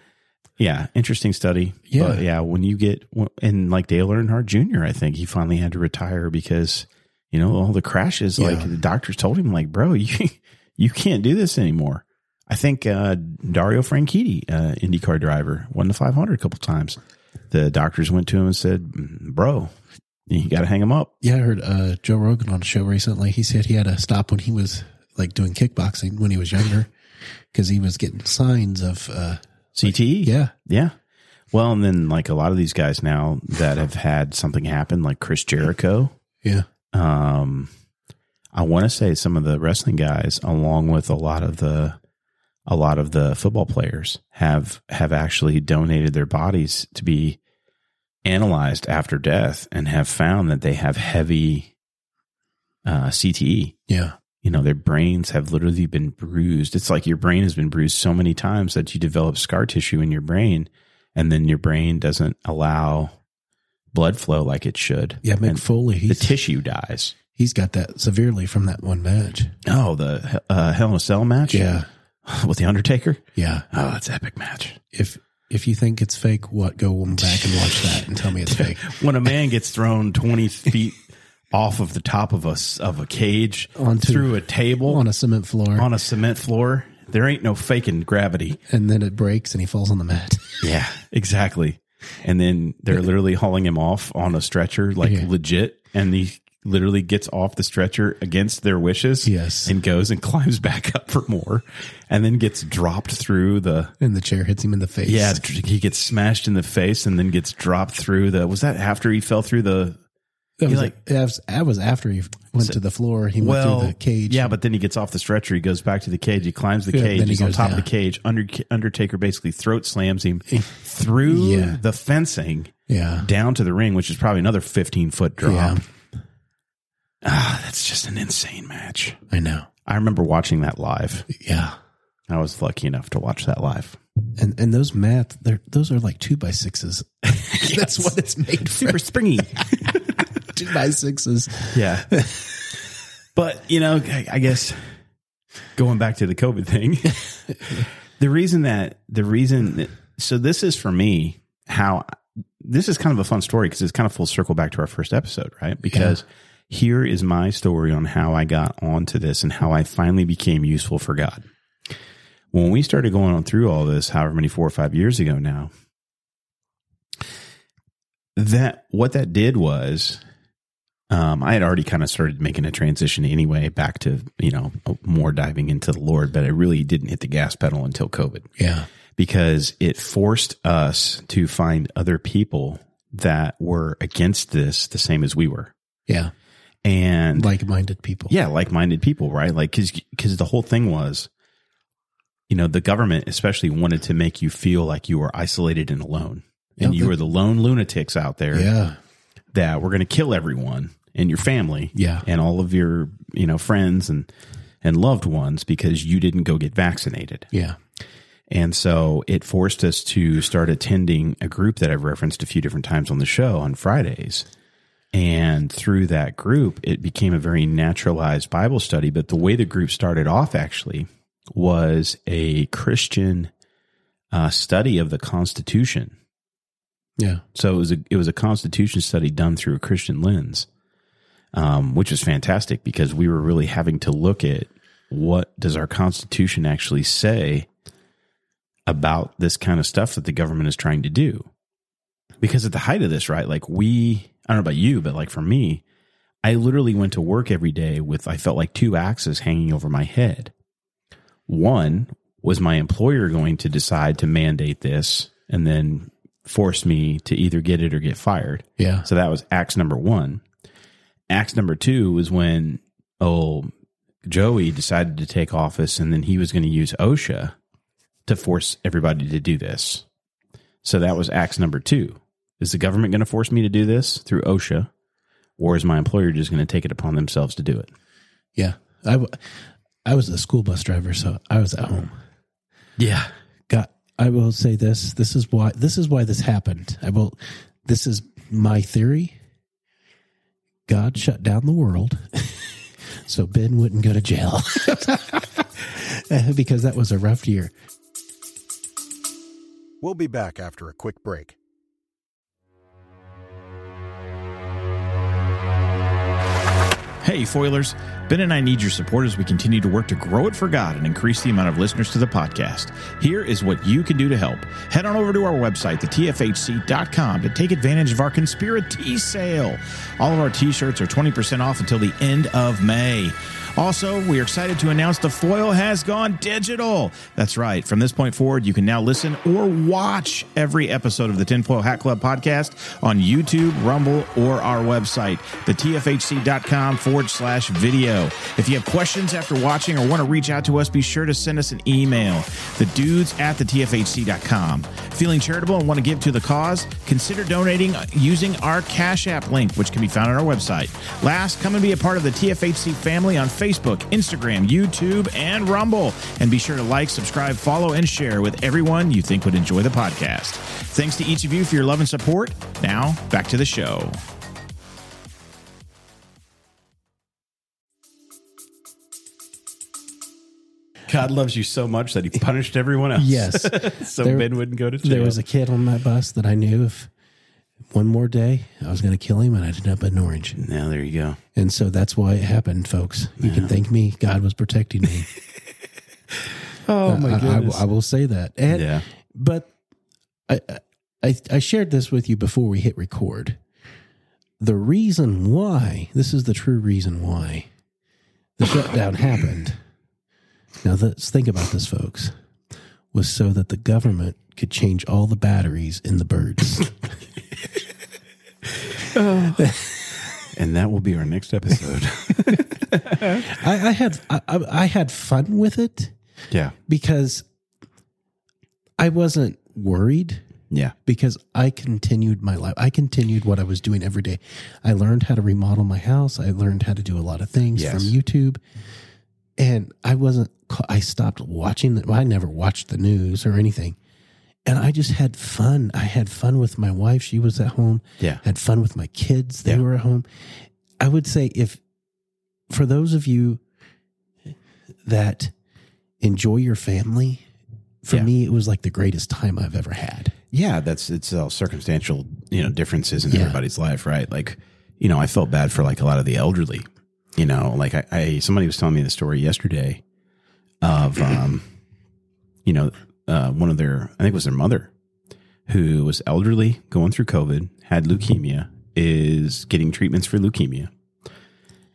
yeah, interesting study. Yeah. but yeah. When you get and like Dale Earnhardt Jr., I think he finally had to retire because you know all the crashes. Yeah. Like the doctors told him, like, bro, (laughs) you you can't do this anymore. I think uh, Dario Franchitti, uh, IndyCar driver, won the 500 a couple times. The doctors went to him and said, "Bro, you got to hang him up." yeah. I heard uh, Joe Rogan on a show recently. He said he had to stop when he was like doing kickboxing when he was younger because he was getting signs of uh, CTE. yeah, Yeah. Well, and then like a lot of these guys now that have had something happen, like Chris Jericho. yeah, Um, I want to say some of the wrestling guys, along with a lot of the a lot of the football players, have have actually donated their bodies to be analyzed after death, and have found that they have heavy uh, CTE. yeah, You know, their brains have literally been bruised. It's like your brain has been bruised so many times that you develop scar tissue in your brain, and then your brain doesn't allow blood flow like it should. yeah. Mick And Foley, the he's, tissue dies. he's got that severely from that one match. Oh, the uh, Hell in a Cell match? Yeah, (laughs) With The Undertaker? yeah. Oh, that's an epic match. If if you think (laughs) it's fake, what? Go back and watch that and tell me it's fake. When a man gets thrown 20 feet off of the top of us of a cage Onto- through a table on a cement floor, on a cement floor. There ain't no faking gravity. and then it breaks and he falls on the mat. (laughs) Yeah, exactly. And then they're literally hauling him off on a stretcher, like Yeah. legit. And he literally gets off the stretcher against their wishes. Yes. And goes and (laughs) climbs back up for more and then gets dropped through the. and the chair hits him in the face. Yeah, he gets smashed in the face and then gets dropped through the. Was that after he fell through the. that was, he like- that was, that was after he went to the floor. He went through the cage. Yeah, but then he gets off the stretcher. He goes back to the cage. He climbs the Yeah, cage. then he He's on goes top of down. Eh, the cage. Under, Undertaker basically throat slams him through Yeah. the fencing yeah, down to the ring, which is probably another 15 foot drop. Yeah. Ah, that's just an insane match. I know. I remember watching that live. Yeah, I was lucky enough to watch that live. and and those mats, they're those are like two (laughs) by sixes. (laughs) That's what it's made for. Super springy. two by sixes. yeah. (laughs) But, you know, I, I guess going back to the COVID thing, (laughs) the reason that, the reason, that, so this is for me how this is kind of a fun story because it's kind of full circle back to our first episode, right? Because here is my story on how I got onto this and how I finally became useful for God. When we started going on through all this, however many four or five years ago now, that what that did was um, I had already kind of started making a transition anyway back to, you know, more diving into the Lord, but I really didn't hit the gas pedal until COVID Yeah, because it forced us to find other people that were against this the same as we were. yeah, And like minded people. yeah, like minded people, right? Like, cause, 'cause the whole thing was, you know, the government especially wanted to make you feel like you were isolated and alone. And Yeah, you they- were the lone lunatics out there yeah, that were going to kill everyone and your family yeah, and all of your, you know, friends and, and loved ones because you didn't go get vaccinated. yeah. And so it forced us to start attending a group that I've referenced a few different times on the show on Fridays. And through that group, it became a very naturalized Bible study. But the way the group started off actually was a Christian uh, study of the Constitution. yeah. So it was a it was a Constitution study done through a Christian lens, um, which was fantastic because we were really having to look at what does our Constitution actually say about this kind of stuff that the government is trying to do. Because at the height of this, right? Like we, I don't know about you, but like for me, I literally went to work every day with I felt like two axes hanging over my head. One was my employer going to decide to mandate this and then force me to either get it or get fired. Yeah. So that was axe number one. Axe number two was when oh Joey decided to take office and then he was going to use OSHA to force everybody to do this. So that was axe number two. Is the government going to force me to do this through OSHA? Or is my employer just going to take it upon themselves to do it? Yeah. I, w- I was a school bus driver, so I was at home. Yeah. Got. I will say this. This is why. This is why this happened. I will. This is my theory. God shut down the world, (laughs) so Ben wouldn't go to jail, (laughs) because that was a rough year. We'll be back after a quick break. Hey, Foilers. Ben and I need your support as we continue to work to grow it for God and increase the amount of listeners to the podcast. Here is what you can do to help. Head on over to our website, thetfhc.com, to take advantage of our Conspiracy sale. All of our t shirts are 20% off until the end of May. Also, we are excited to announce the foil has gone digital. That's right. From this point forward, you can now listen or watch every episode of the Tinfoil Hat Club podcast on YouTube, Rumble, or our website, thetfhc.com forward slash video. If you have questions after watching or want to reach out to us, be sure to send us an email, the dudes at thetfhc.com. Feeling charitable and want to give to the cause? Consider donating using our Cash App link, which can be found on our website. Last, come and be a part of the TFHC family on Facebook, Instagram, YouTube, and Rumble. And be sure to like, subscribe, follow, and share with everyone you think would enjoy the podcast. Thanks to each of you for your love and support. Now, back to the show. God loves you so much that he punished everyone else. Yes. (laughs) so There- Ben wouldn't go to jail. There was a kid on my bus that I knew if one more day, I was going to kill him, and I ended up an orange. Now there you go. And so that's why it happened, folks. You can thank me. God was protecting me. (laughs) Oh I- I, will- I will say that. And, yeah. But I, I I shared this with you before we hit record. The reason why this is the true reason why the shutdown happened. Now let's think about this, folks. Was so that the government could change all the batteries in the birds. And that will be our next episode. I, I had I, I I had fun with it yeah. because I wasn't worried. Yeah. because I continued my life. I continued what I was doing every day. I learned how to remodel my house. I learned how to do a lot of things Yes. from YouTube. And I wasn't, ca- I stopped watching. The, well, I never watched the news or anything. And I just had fun. I had fun with my wife. She was at home. Yeah. had fun with my kids. They Yeah. were at home. I would say, if for those of you that enjoy your family, for Yeah. me, it was like the greatest time I've ever had. Yeah. That's it's all circumstantial, you know, differences in Yeah. everybody's life, right? Like, you know, I felt bad for like a lot of the elderly. You know, like I, I somebody was telling me the story yesterday (clears throat) of um, you know, uh, one of their I think it was their mother who was elderly, going through COVID, had leukemia, is getting treatments for leukemia,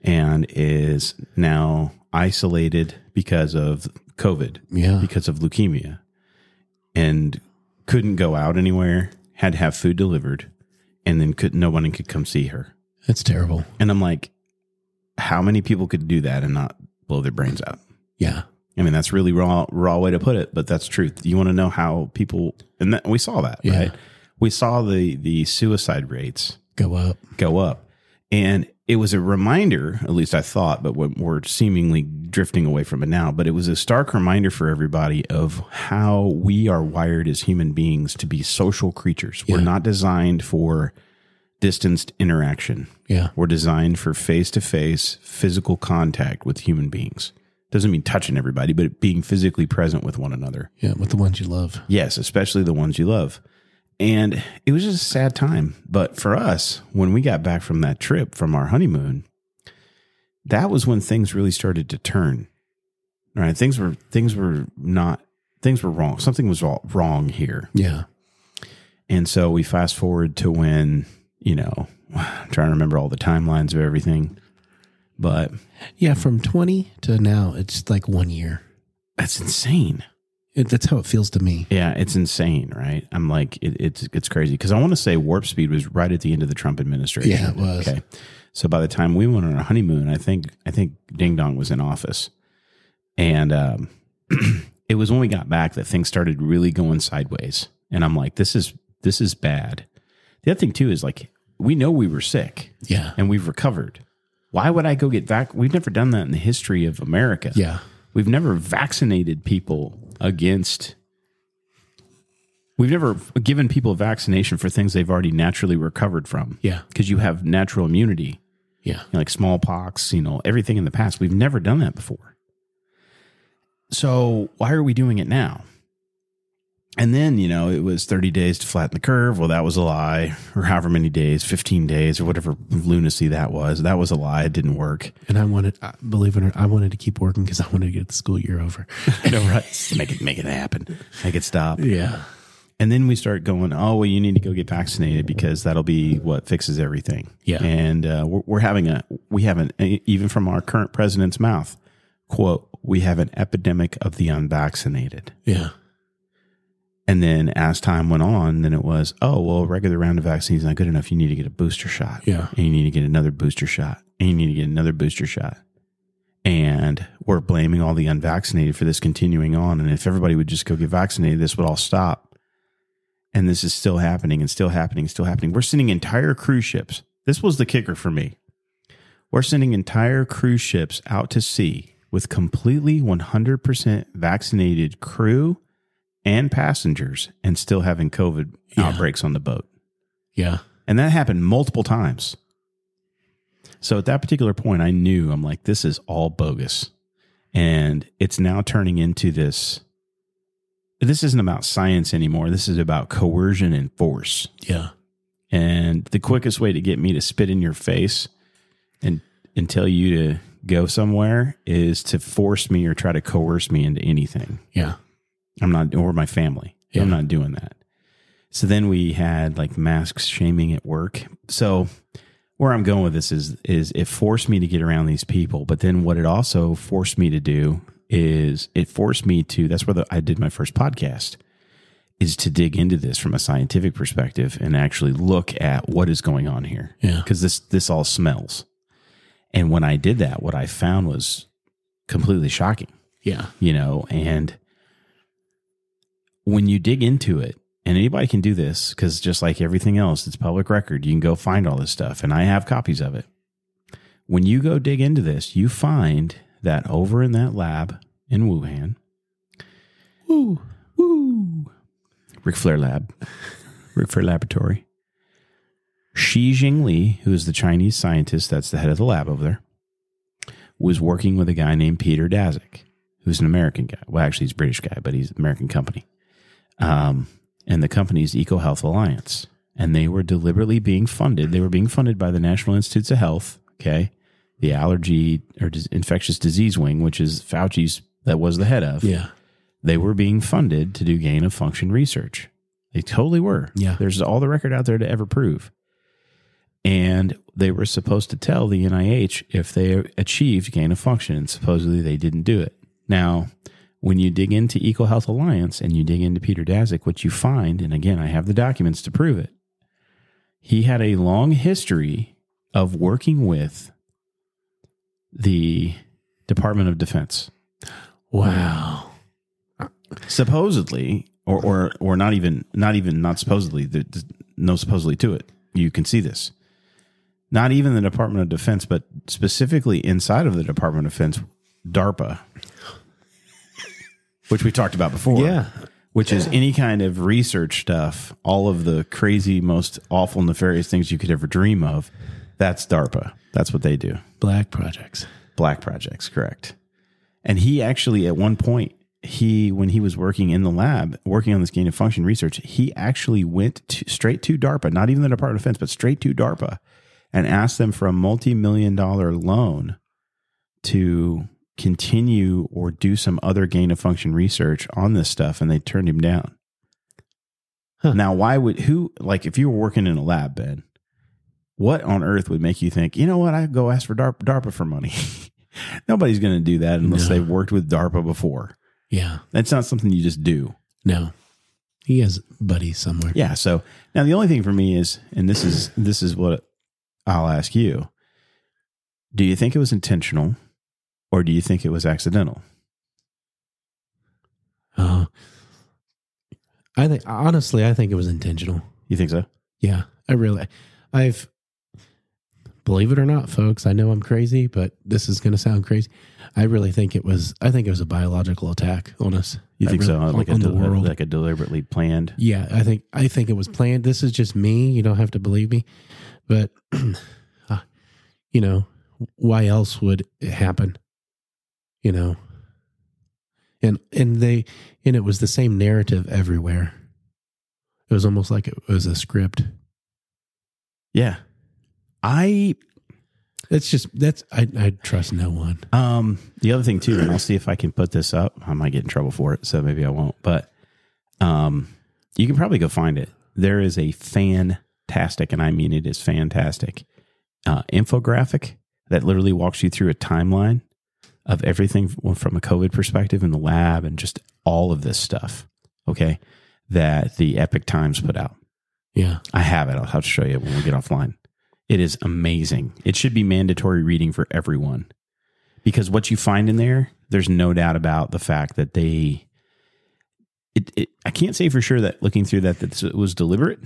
and is now isolated because of COVID, Yeah. because of leukemia, and couldn't go out anywhere, had to have food delivered, and then could no one could come see her. That's terrible. And I'm like, how many people could do that and not blow their brains out? Yeah. I mean, that's really raw, raw way to put it, but that's truth. You want to know how people, and that, we saw that, Yeah. right? We saw the the suicide rates Go up. go up, and it was a reminder. At least I thought, but we're- we're seemingly drifting away from it now. But it was a stark reminder for everybody of how we are wired as human beings to be social creatures. We're Yeah. not designed for distanced interaction. Yeah. We're designed for face to face physical contact with human beings. Doesn't mean touching everybody, but being physically present with one another. Yeah. With the ones you love. Yes, especially the ones you love. And it was just a sad time. But for us, when we got back from that trip, from our honeymoon, that was when things really started to turn. Right? Things were things were not things were wrong. Something was all wrong here. Yeah. And so we fast forward to when, you know, (sighs) I'm trying to remember all the timelines of everything. But Yeah. From 20 to now, it's like one year. that's insane. It, that's how it feels to me. Yeah, it's insane, right? I'm like, it, it's it's crazy because I want to say warp speed was right at the end of the Trump administration. Yeah, it was. Okay, so by the time we went on our honeymoon, I think I think Ding Dong was in office, and um, (clears throat) it was when we got back that things started really going sideways, and I'm like, this is this is bad. The other thing too is like, we know we were sick Yeah. and we've recovered. Why would I go get vac? We've never done that in the history of America. Yeah. We've never vaccinated people against. We've never given people vaccination for things they've already naturally recovered from. Yeah. Because you have natural immunity, Yeah. like smallpox, you know, everything in the past. We've never done that before. So why are we doing it now? And then, you know, it was 30 days to flatten the curve. Well, that was a lie, or however many days, 15 days, or whatever lunacy that was. That was a lie. It didn't work. And I wanted, I- believe it or not, I wanted to keep working because I wanted to get the school year over. (laughs) (laughs) no, right. Make it, make it happen. Make it stop. yeah. And then we start going, oh, well, you need to go get vaccinated because that'll be what fixes everything. Yeah. And uh, we're, we're having a, we have an, e, even from our current president's mouth, quote, we have an epidemic of the unvaccinated. Yeah. And then as time went on, then it was, oh, well, a regular round of vaccines not good enough. You need to get a booster shot. Yeah. And you need to get another booster shot. And you need to get another booster shot. And we're blaming all the unvaccinated for this continuing on. And if everybody would just go get vaccinated, this would all stop. And this is still happening and still happening, still happening. We're sending entire cruise ships. This was the kicker for me. We're sending entire cruise ships out to sea with completely 100% vaccinated crew and passengers and still having COVID Yeah. outbreaks on the boat. Yeah. And that happened multiple times. So at that particular point, I knew I'm like, this is all bogus. And it's now turning into this. This isn't about science anymore. This is about coercion and force. Yeah. And the quickest way to get me to spit in your face and and tell you to go somewhere is to force me or try to coerce me into anything. Yeah. I'm not, or my family. Yeah. I'm not doing that. So then we had like mask shaming at work. So where I'm going with this is, is it forced me to get around these people. But then what it also forced me to do is it forced me to, that's where the, I did my first podcast is to dig into this from a scientific perspective and actually look at what is going on here. Yeah. Cause this, this all smells. And when I did that, what I found was completely shocking Yeah. you know and when you dig into it and anybody can do this because just like everything else it's public record you can go find all this stuff and i have copies of it when you go dig into this you find that over in that lab in wuhan woo woo rick flair lab rick flair laboratory shi jingli who is the chinese scientist that's the head of the lab over there was working with a guy named peter daszak who's an American guy. Well, actually, he's a British guy, but he's an American company. Um, and the company's EcoHealth Alliance. And they were deliberately being funded. They were being funded by the National Institutes of Health, okay, the allergy or dis- infectious disease wing, which is Fauci's, that was the head of. Yeah. They were being funded to do gain of function research. They totally were. Yeah. There's all the record out there to ever prove. And they were supposed to tell the NIH if they achieved gain of function. And supposedly they didn't do it. Now, when you dig into EcoHealth Alliance and you dig into Peter Daszak, what you find, and again, I have the documents to prove it, he had a long history of working with the Department of Defense Wow. supposedly or or or not even not even not supposedly there's no supposedly to it you can see this not even the department of defense but specifically inside of the department of defense darpa (laughs) which we talked about before Yeah. which is any kind of research stuff all of the crazy most awful nefarious things you could ever dream of that's darpa that's what they do Black projects. Black projects, correct. And he actually, at one point, he when he was working in the lab, working on this gain of function research, he actually went to, straight to DARPA, not even the Department of Defense, but straight to DARPA, and asked them for a multi-million dollar loan to continue or do some other gain of function research on this stuff, and they turned him down. Huh. Now, why would who like if you were working in a lab, Ben? What on earth would make you think, you know what, I go ask for DARPA, DARPA for money? (laughs) Nobody's going to do that unless No. they've worked with DARPA before. Yeah. That's not something you just do. No. He has buddies somewhere. Yeah. So now the only thing for me is, and this is this is what I'll ask you: Do you think it was intentional, or do you think it was accidental? Uh, I think honestly, I think it was intentional. You think so? Yeah, I really, I've, believe it or not, folks, I know I'm crazy, but this is going to sound crazy. I really think it was, I think it was a biological attack on us. You I think really- so? On, Like a on the del- world. like a deliberately planned. yeah, I think, I think it was planned. This is just me. You don't have to believe me, but, (clears throat) uh, you know, why else would it happen? You know, and, and they, and it was the same narrative everywhere. It was almost like it was a script. Yeah. I That's just that's I I trust no one. Um, the other thing too, and I'll see if I can put this up. I might get in trouble for it, so maybe I won't. But um, you can probably go find it. There is a fantastic, and I mean it is fantastic, uh, infographic that literally walks you through a timeline of everything f- from a COVID perspective in the lab and just all of this stuff. Okay, that the Epic Times put out. Yeah. I have it. I'll have to show you when we get offline. It is amazing. It should be mandatory reading for everyone because what you find in there, there's no doubt about the fact that they. It, it, I can't say for sure that looking through that that it was deliberate,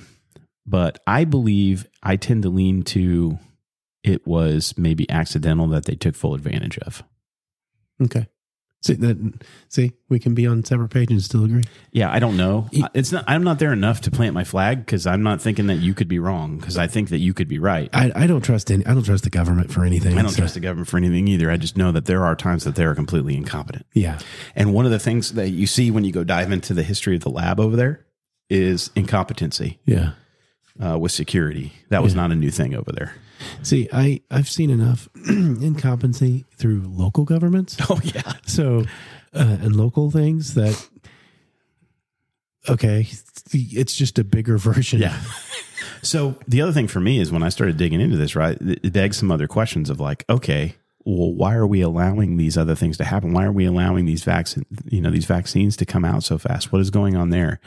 but I believe I tend to lean to it was maybe accidental that they took full advantage of. Okay. See that see, we can be on separate pages and still agree. Yeah, I don't know. It- It's not. I'm not there enough to plant my flag because I'm not thinking that you could be wrong because I think that you could be right. I, I don't trust any I don't trust the government for anything. I don't So, trust the government for anything either. I just know that there are times that they are completely incompetent. Yeah. And one of the things that you see when you go dive into the history of the lab over there is incompetency. Yeah. uh, with security. That was not a new thing over there. See, I I've seen enough (clears throat) incompetency through local governments. (laughs) Oh yeah, (laughs) so uh, and local things that okay it's just a bigger version yeah. so the other thing for me is when I started digging into this, right, it it begs some other questions of like, okay, well, why are we allowing these other things to happen? Why are we allowing these vaccine, you know, these vaccines to come out so fast? What is going on there?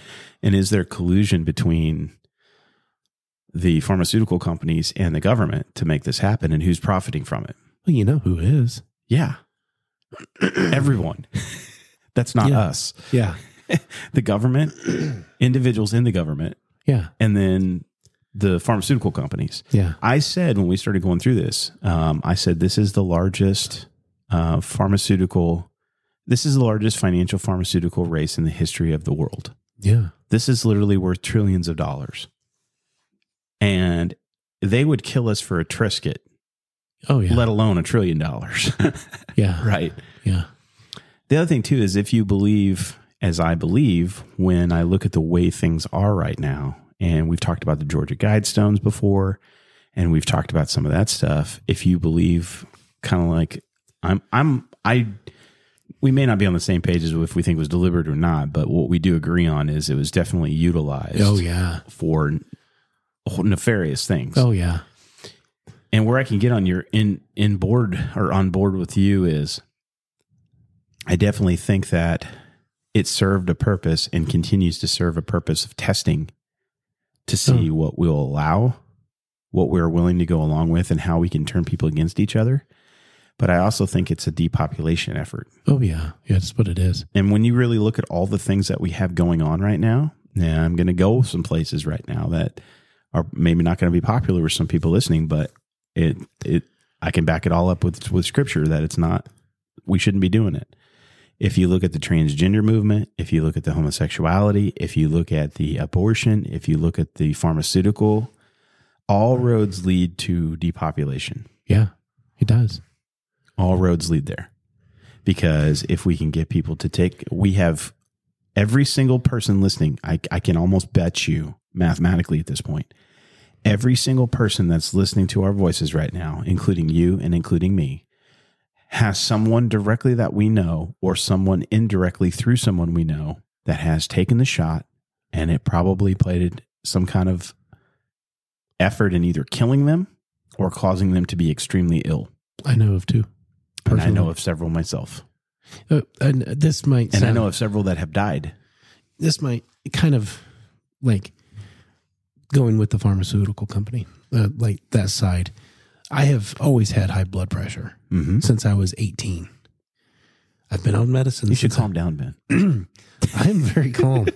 And is there collusion between the pharmaceutical companies and the government to make this happen? And who's profiting from it? well you know who is Yeah. Everyone. (laughs) That's not Yeah. us. yeah The government, individuals in the government, yeah and then the pharmaceutical companies. yeah I said when we started going through this, um, I said this is the largest uh, pharmaceutical, this is the largest financial pharmaceutical race in the history of the world. yeah This is literally worth trillions of dollars. And they would kill us for a Trisket, oh yeah let alone a trillion dollars. (laughs) yeah right. yeah The other thing too is if you believe, as I believe, when I look at the way things are right now, and we've talked about the Georgia Guidestones before, and we've talked about some of that stuff. If you believe, kind of like I'm, I'm, I, we may not be on the same page as if we think it was deliberate or not, but what we do agree on is it was definitely utilized oh yeah for nefarious things. oh yeah And where I can get on your in in board or on board with you is I definitely think that it served a purpose and continues to serve a purpose of testing to see what we'll allow, what we're willing to go along with, and how we can turn people against each other. But I also think it's a depopulation effort. oh yeah yeah that's what it is And when you really look at all the things that we have going on right now, yeah, I'm going to go some places right now that are maybe not going to be popular with some people listening, but it it I can back it all up with with scripture that it's not we shouldn't be doing it. If you look at the transgender movement, if you look at the homosexuality, if you look at the abortion, if you look at the pharmaceutical, all roads lead to depopulation yeah it does all roads lead there because if we can get people to take we have every single person listening I, I can almost bet you mathematically at this point every single person that's listening to our voices right now including you and including me has someone directly that we know or someone indirectly through someone we know that has taken the shot and it probably played some kind of effort in either killing them or causing them to be extremely ill i know of two and I know personally. of several myself. Uh, and this might And I sound- know of several that have died. this might kind of like going with the pharmaceutical company, uh, like that side. I have always had high blood pressure Mm-hmm. since I was 18. I've been on medicine. You should since calm down, Ben. I (laughs) am very (laughs) calm.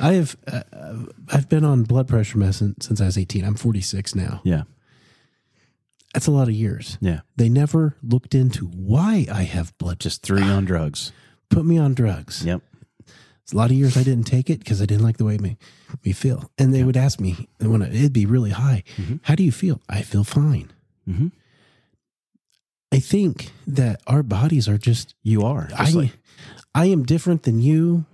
I have uh, uh, I've been on blood pressure medicine since I was 18. I'm 46 now. Yeah. That's a lot of years. Yeah. They never looked into why I have blood. Just Just three on drugs. put me on drugs. Yep. It's a lot of years I didn't take it because I didn't like the way it made me feel. And they would ask me and when I, it'd be really high, Mm-hmm. how do you feel? I feel fine. Mhm. I think that our bodies are just, You are. I, Just like- I am different than you,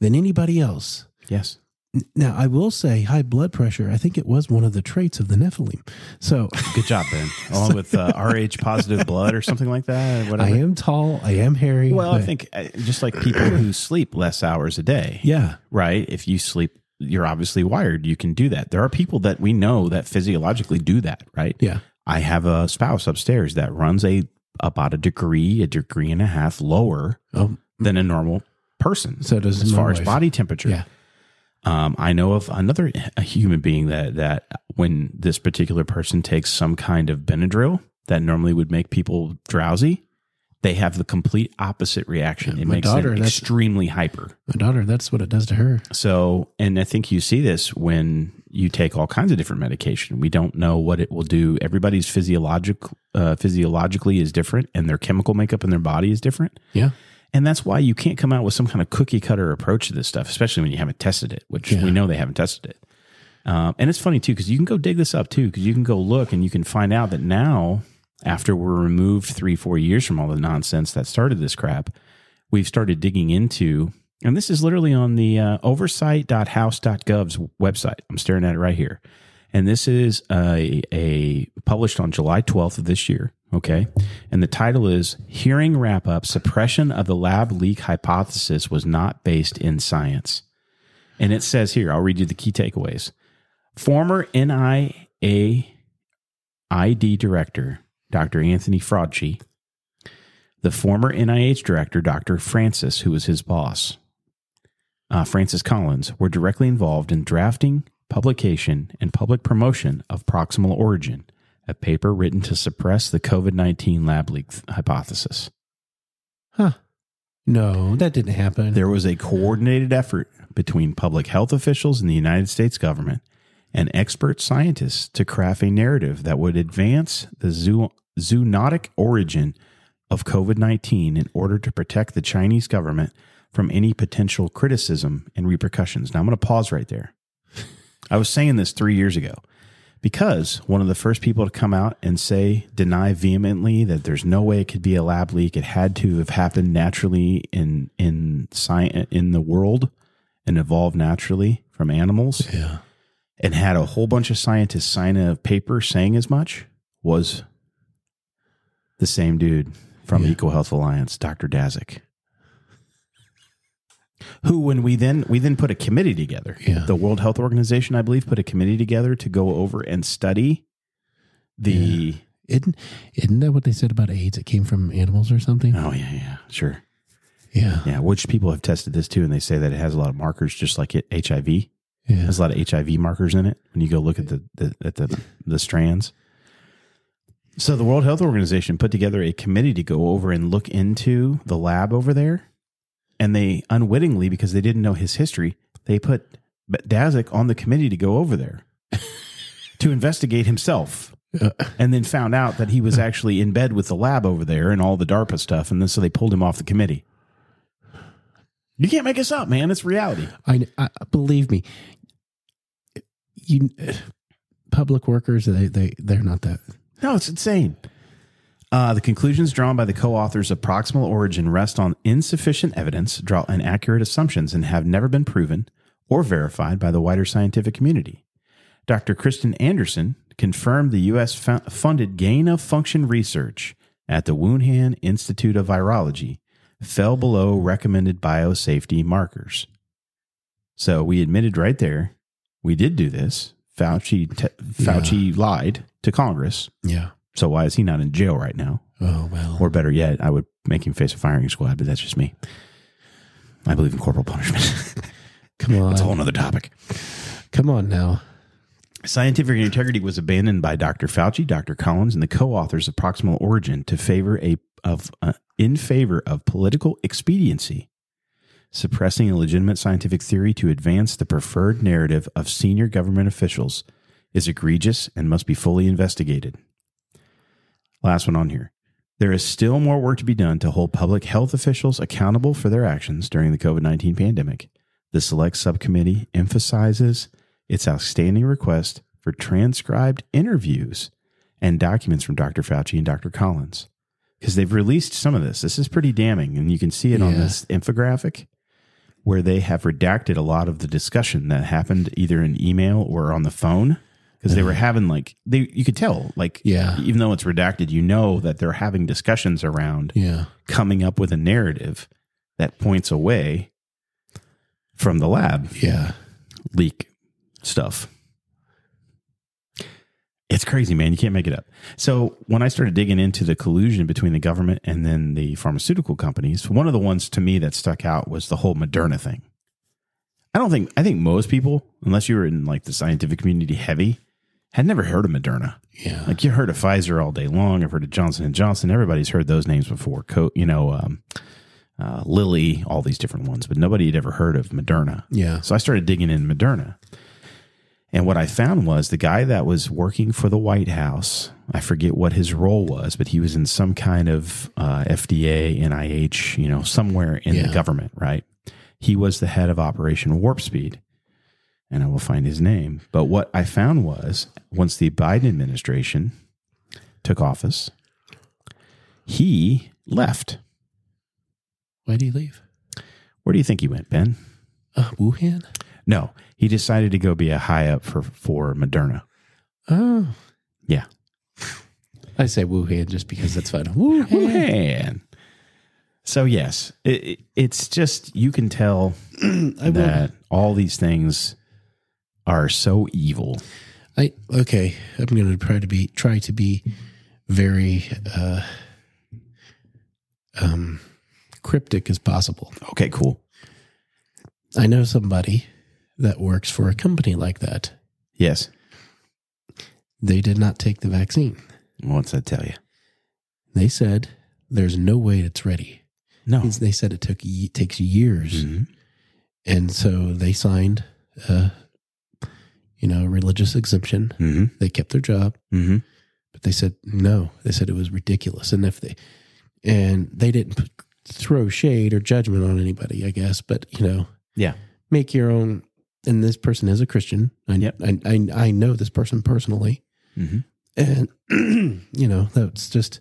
than anybody else. yes. N- Now I will say high blood pressure. I think it was one of the traits of the Nephilim. So Good job, (laughs) Ben. Along with uh, Rh positive blood or something like that. or I Whatever. am tall. I am hairy. Well, I but- think uh, just like people who sleep less hours a day. yeah, Right. If you sleep, you're obviously wired. You can do that. There are people that we know that physiologically do that. Right. yeah, I have a spouse upstairs that runs a about a degree, a degree and a half lower um, than a normal person. So does as my far as wife. body temperature. yeah, Um, I know of another a human being that that when this particular person takes some kind of Benadryl that normally would make people drowsy, they have the complete opposite reaction. Yeah, it my makes daughter, them that's- extremely hyper. my daughter. That's what it does to her. So, and I think you see this when you take all kinds of different medication. We don't know what it will do. Everybody's physiologic uh, physiologically is different, and their chemical makeup in their body is different. Yeah, And that's why you can't come out with some kind of cookie cutter approach to this stuff, especially when you haven't tested it, which Yeah. we know they haven't tested it. Um, and it's funny too, because you can go dig this up too, because you can go look and you can find out that now, after we're removed three, four years from all the nonsense that started this crap, we've started digging into And this is literally on the uh, oversight.house.gov's website. I'm staring at it right here. And this is a, a published on July 12th of this year. Okay. And the title is Hearing Wrap Up Suppression of the Lab Leak Hypothesis Was Not Based in Science. And it says here, I'll read you the key takeaways. Former NIA ID director, Dr. Anthony Fraudchi, the former NIH director, Dr. Francis, who was his boss, uh, Francis Collins, were directly involved in drafting, publication, and public promotion of Proximal Origin, a paper written to suppress the COVID 19 lab leak th- hypothesis. Huh. No, that didn't happen. There was a coordinated effort between public health officials in the United States government and expert scientists to craft a narrative that would advance the zoo- zoonotic origin of COVID 19 in order to protect the Chinese government from any potential criticism and repercussions. Now, I'm going to pause right there. I was saying this three years ago because one of the first people to come out and say, deny vehemently that there's no way it could be a lab leak. It had to have happened naturally in, in, science, in the world and evolved naturally from animals yeah. and had a whole bunch of scientists sign a paper saying as much was the same dude from Yeah. Eco Health Alliance, Dr. Dazik. Who when we then we then put a committee together. Yeah. The World Health Organization, I believe, put a committee together to go over and study the Isn't, isn't that what they said about AIDS? It came from animals or something? Oh yeah, yeah, sure. Yeah. Yeah. Which people have tested this too and they say that it has a lot of markers just like it, HIV. It Yeah. has a lot of HIV markers in it when you go look at the, the at the the strands. So the World Health Organization put together a committee to go over and look into the lab over there, and they unwittingly, because they didn't know his history, they put B- Dazik on the committee to go over there to investigate himself, Uh. and then found out that he was actually in bed with the lab over there and all the DARPA stuff, and then so they pulled him off the committee. You can't make this up, man. It's reality. I, I believe me. You public workers, they they they're not that. No, it's insane. Uh, the conclusions drawn by the co authors of Proximal Origin rest on insufficient evidence, draw inaccurate assumptions, and have never been proven or verified by the wider scientific community. Dr. Kristen Anderson confirmed the U.S. fo- funded gain of function research at the Wuhan Institute of Virology fell below recommended biosafety markers. So we admitted right there, we did do this. Fauci, te- Fauci lied to Congress. Yeah. So why is he not in jail right now? Oh well. Or better yet, I would make him face a firing squad, but that's just me. I believe in corporal punishment. (laughs) come on. that's a whole nother topic. Come on now. Scientific integrity was abandoned by Dr. Fauci, Dr. Collins, and the co-authors of Proximal Origin to favor a of uh, in favor of political expediency, suppressing a legitimate scientific theory to advance the preferred narrative of senior government officials is egregious and must be fully investigated. Last one on here. There is still more work to be done to hold public health officials accountable for their actions during the COVID 19 pandemic. The select subcommittee emphasizes its outstanding request for transcribed interviews and documents from Dr. Fauci and Dr. Collins because they've released some of this. This is pretty damning, and you can see it on Yeah. this infographic where they have redacted a lot of the discussion that happened either in email or on the phone because (sighs) they were having like they you could tell like Yeah. even though it's redacted, you know that they're having discussions around Yeah. coming up with a narrative that points away from the lab Yeah. leak stuff. It's crazy, man. You can't make it up. So when I started digging into the collusion between the government and then the pharmaceutical companies, one of the ones to me that stuck out was the whole Moderna thing. I don't think I think most people, unless you were in like the scientific community heavy, had never heard of Moderna. Yeah. Like you heard of Pfizer all day long. I've heard of Johnson and Johnson. Everybody's heard those names before. Co- you know, um, uh, Lilly, all these different ones, but nobody had ever heard of Moderna. Yeah. So I started digging in Moderna. And what I found was the guy that was working for the White House, I forget what his role was, but he was in some kind of uh, FDA, NIH, you know, somewhere in the Yeah. government, right? He was the head of Operation Warp Speed. And I will find his name. But what I found was once the Biden administration took office, he left. Why do you leave? Where do you think he went, Ben? Uh, Wuhan? No, he decided to go be a high up for for Moderna. Oh. Yeah. I say Wuhan just because that's fun. Wuhan. Wuhan. So yes, it, it- it's just you can tell (clears throat) I will. that all these things are so evil. I okay. I'm going to try to be try to be very uh, um, cryptic as possible. Okay, cool. I know somebody that works for a company like that. Yes. They did not take the vaccine. What's that tell you? They said there's no way it's ready. No. Means They said it took ye- takes years, Mhm. and so they signed, uh, you know, a religious exemption. Mhm. They kept their job. Mhm. But they said no. They said it was ridiculous, and if they and they didn't p- throw shade or judgment on anybody, I guess. But you know, Yeah. make your own. And this person is a Christian. I Yep. I, I I know this person personally, Mhm. and (clears throat) you know that's just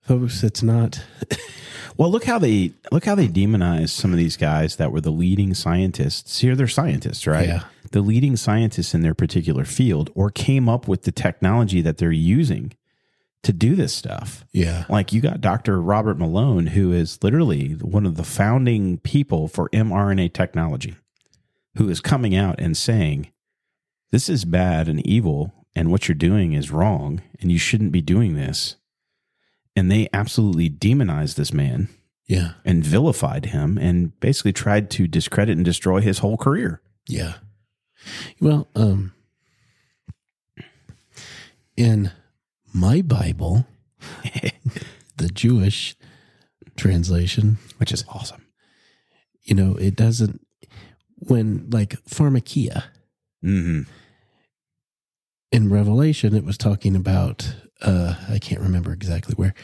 folks. It's not. Well, look how they look how they demonize some of these guys that were the leading scientists. Here, they're scientists, right? Yeah. The leading scientists in their particular field, or came up with the technology that they're using to do this stuff. Yeah. Like you got Dr. Robert Malone, who is literally one of the founding people for mRNA technology, who is coming out and saying, This is bad and evil, and what you're doing is wrong, and you shouldn't be doing this. And they absolutely demonized this man Yeah. and vilified him and basically tried to discredit and destroy his whole career. Yeah. Well, um, in (laughs) my Bible, the Jewish translation, Which is awesome. you know, it doesn't when like pharmakia hmm in Revelation, it was talking about uh I can't remember exactly where,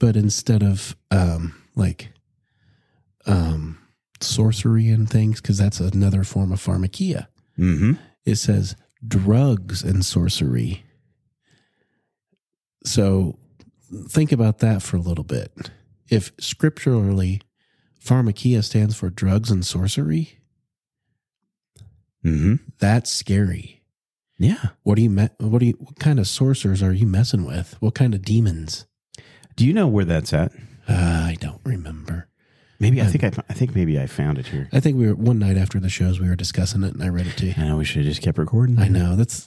but instead of um like um sorcery and things cuz that's another form of pharmakia. hmm It says drugs and sorcery. So think about that for a little bit. If scripturally pharmakia stands for drugs and sorcery, hmm that's scary. Yeah. What do you me- what do you what kind of sorcerers are you messing with? What kind of demons? Do you know where that's at? Uh, I don't remember. Maybe I think I, I think maybe I found it here. I think we were one night after the shows we were discussing it and I read it to you. And I wish I just kept recording. I know. That's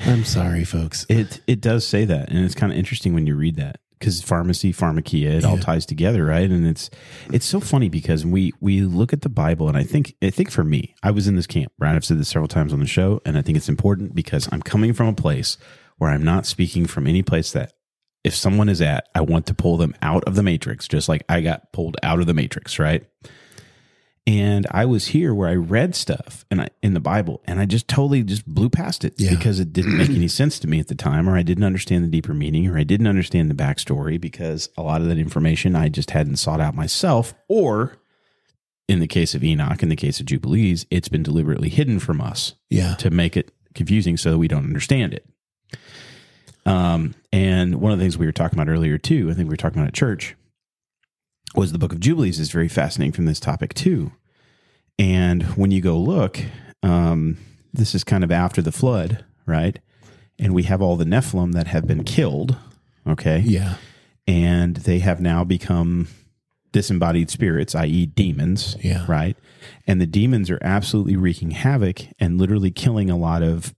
I'm sorry folks. It it does say that, and it's kind of interesting when you read that because pharmacy, pharmakia, it all Yeah. ties together, right? And it's it's so funny because we we look at the Bible, and I think I think for me, I was in this camp, right? I've said this several times on the show, and I think it's important because I'm coming from a place where I'm not speaking from any place that if someone is at, I want to pull them out of the matrix, just like I got pulled out of the matrix, right? And I was here where I read stuff and I in the Bible, and I just totally just blew past it Yeah. because it didn't make any sense to me at the time, or I didn't understand the deeper meaning, or I didn't understand the backstory because a lot of that information I just hadn't sought out myself, or in the case of Enoch, in the case of Jubilees, it's been deliberately hidden from us Yeah. to make it confusing so that we don't understand it. Um, and one of the things we were talking about earlier too, I think we were talking about at church, was the Book of Jubilees is very fascinating from this topic too. And when you go look, um, this is kind of after the flood, right? And we have all the Nephilim that have been killed. Okay Yeah. and they have now become disembodied spirits, i.e., demons. Yeah. Right. And the demons are absolutely wreaking havoc and literally killing a lot of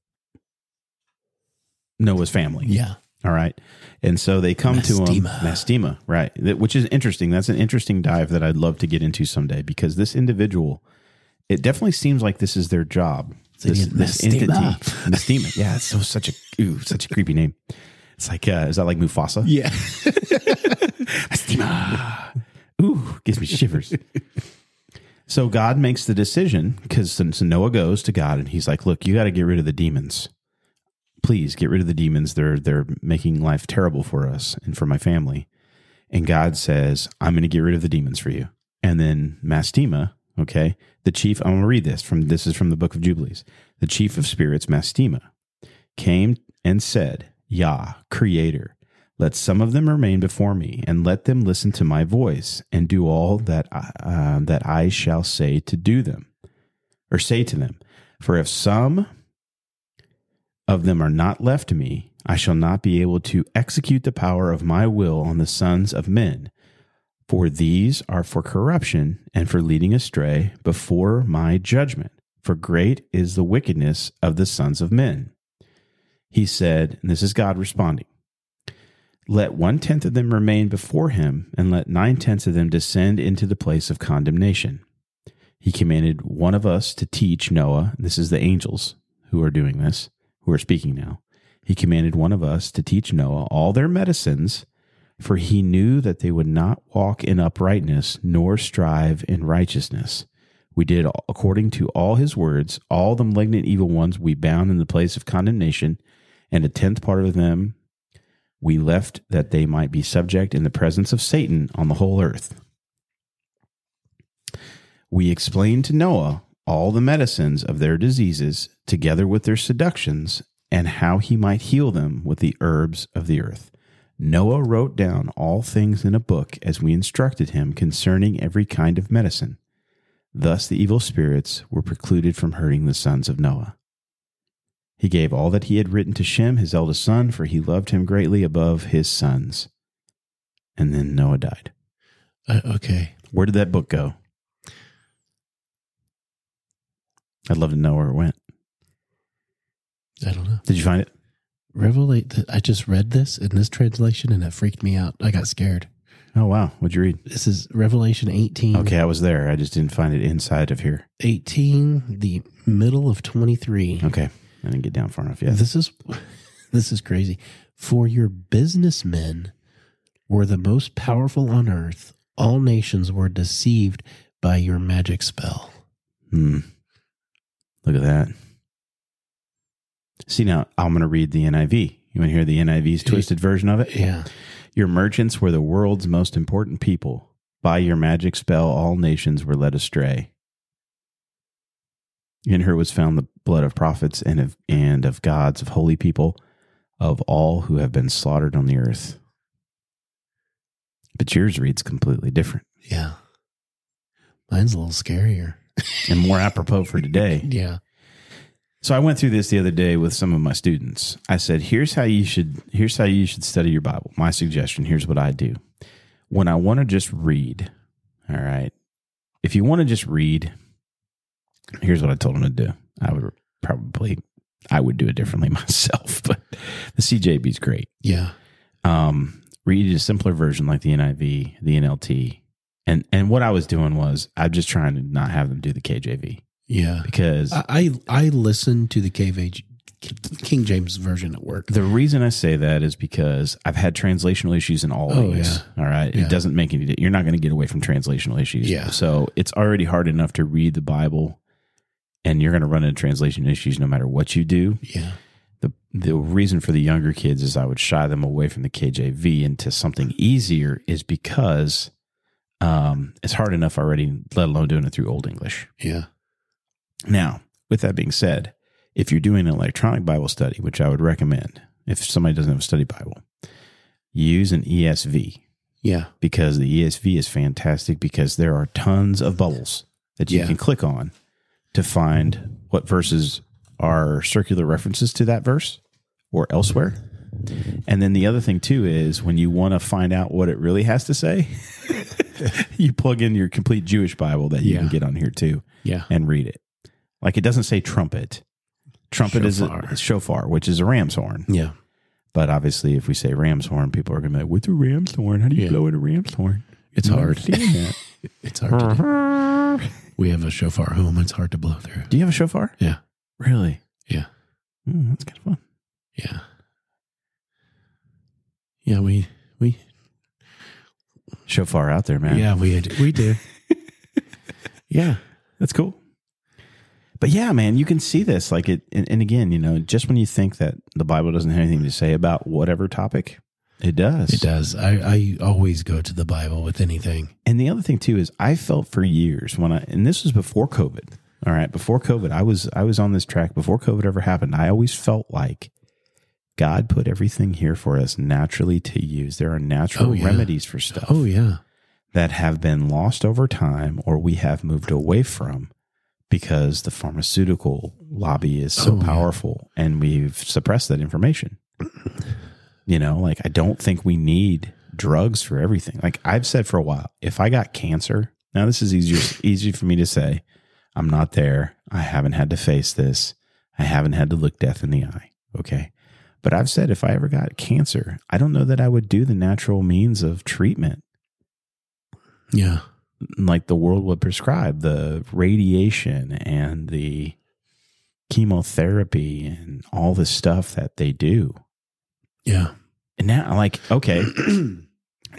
Noah's family. Yeah. All right. And so they come to him. Mastema. Mastema. Right. That- Which is interesting. That's an interesting dive that I'd love to get into someday because this individual, it definitely seems like this is their job. This, get this Mastema. entity. Mastema. Yeah. It's so such a, ooh, such a creepy name. It's like, uh, is that like Mufasa? Yeah. Ooh, gives me shivers. so God makes the decision because since Noah goes to God and he's like, "Look, you got to get rid of the demons. Please get rid of the demons. They're they're making life terrible for us and for my family." And God says, "I'm going to get rid of the demons for you." And then Mastema, okay, the chief. I'm going to read this from this is from the Book of Jubilees. The chief of spirits, Mastema, came and said, "Yah, Creator." Let some of them remain before me, and let them listen to my voice, and do all that I, uh, that I shall say to do them, or say to them. For if some of them are not left to me, I shall not be able to execute the power of my will on the sons of men. For these are for corruption and for leading astray before my judgment. For great is the wickedness of the sons of men. He said, and this is God responding Let one tenth of them remain before him, and let nine tenths of them descend into the place of condemnation. He commanded one of us to teach Noah, and this is the angels who are doing this, who are speaking now. He commanded one of us to teach Noah all their medicines for he knew that they would not walk in uprightness, nor strive in righteousness. We did according to all his words, all the malignant evil ones we bound in the place of condemnation, and a tenth part of them we left that they might be subject in the presence of Satan on the whole earth. We explained to Noah all the medicines of their diseases, together with their seductions, and how he might heal them with the herbs of the earth. Noah wrote down all things in a book as we instructed him concerning every kind of medicine. Thus the evil spirits were precluded from hurting the sons of Noah. He gave all that he had written to Shem, his eldest son, for he loved him greatly above his sons. And then Noah died. Uh, okay. Where did that book go? I'd love to know where it went. I don't know. Did you find it? Revelate that I just read this in this translation and it freaked me out. I got scared. Oh, wow. What'd you read? This is Revelation 18. Okay, I was there. I just didn't find it inside of here. 18, the middle of 23. Okay. I didn't get down far enough yet. This is (laughs) this is crazy. For your businessmen were the most powerful on earth. All nations were deceived by your magic spell. Hmm. Look at that. See, now I'm going to read the NIV. You want to hear the NIV's twisted version of it? Yeah. Your merchants were the world's most important people. By your magic spell, all nations were led astray. In her was found the blood of prophets and of, and of gods, of holy people, of all who have been slaughtered on the earth. But yours reads completely different Yeah. Mine's a little scarier. and more apropos for today. Yeah. So I went through this the other day with some of my students. I said, "Here's how you should here's how you should study your Bible. My suggestion, here's what I do. When I want to just read, all right. If you want to just read, here's what I told them to do. I would probably I would do it differently (laughs) myself, but the CJB is great. Yeah. Um, read a simpler version like the NIV, the NLT. And and what I was doing was I'm just trying to not have them do the KJV Yeah. because I I I listened to the KV King James version at work. The reason I say that is because I've had translational issues in all Oh, ways. All right. Yeah. It doesn't make any You're not going to get away from translational issues. Yeah. So it's already hard enough to read the Bible and you're going to run into translation issues no matter what you do. Yeah. The, the reason for the younger kids is I would shy them away from the KJV into something easier is because um, it's hard enough already, let alone doing it through Old English. Yeah. Now, with that being said, if you're doing an electronic Bible study, which I would recommend, if somebody doesn't have a study Bible, use an ESV Yeah. because the ESV is fantastic because there are tons of bubbles that you Yeah. can click on to find what verses are circular references to that verse or elsewhere. And then the other thing too is when you want to find out what it really has to say, (laughs) you plug in your complete Jewish Bible that you can Yeah. get on here too Yeah. and read it. Like it doesn't say trumpet. Trumpet is Shofar. a shofar, which is a ram's horn. Yeah. But obviously, if we say ram's horn, people are going to be like, "What's a ram's horn? How do you Yeah. blow in a ram's horn?" It's You hard. understand (laughs) that. It's hard to do. We have a shofar home. It's hard to blow through. do you have a shofar? Yeah. Really? Yeah. Mm, that's kind of fun. Yeah. Yeah, we we Shofar out there, man. yeah, we had, we (laughs) do. yeah. that's cool. But yeah, man, you can see this. Like it, and, and again, you know, just when you think that the Bible doesn't have anything to say about whatever topic, it does. It does. I I always go to the Bible with anything. And the other thing too is I felt for years when I and this was before COVID. All right, before COVID, I was I was on this track before COVID ever happened. I always felt like God put everything here for us naturally to use. There are natural Oh, yeah. remedies for stuff Oh yeah. that have been lost over time or we have moved away from because the pharmaceutical lobby is so Oh, yeah. powerful and we've suppressed that (clears throat) information. you know, like I don't think we need drugs for everything. Like I've said for a while, if I got cancer, now this is easier easy for me to say. I'm not there. I haven't had to face this. I haven't had to look death in the eye. Okay. But I've said if I ever got cancer, I don't know that I would do the natural means of treatment Yeah. like the world would prescribe the radiation and the chemotherapy and all the stuff that they do. Yeah. And now, like, okay,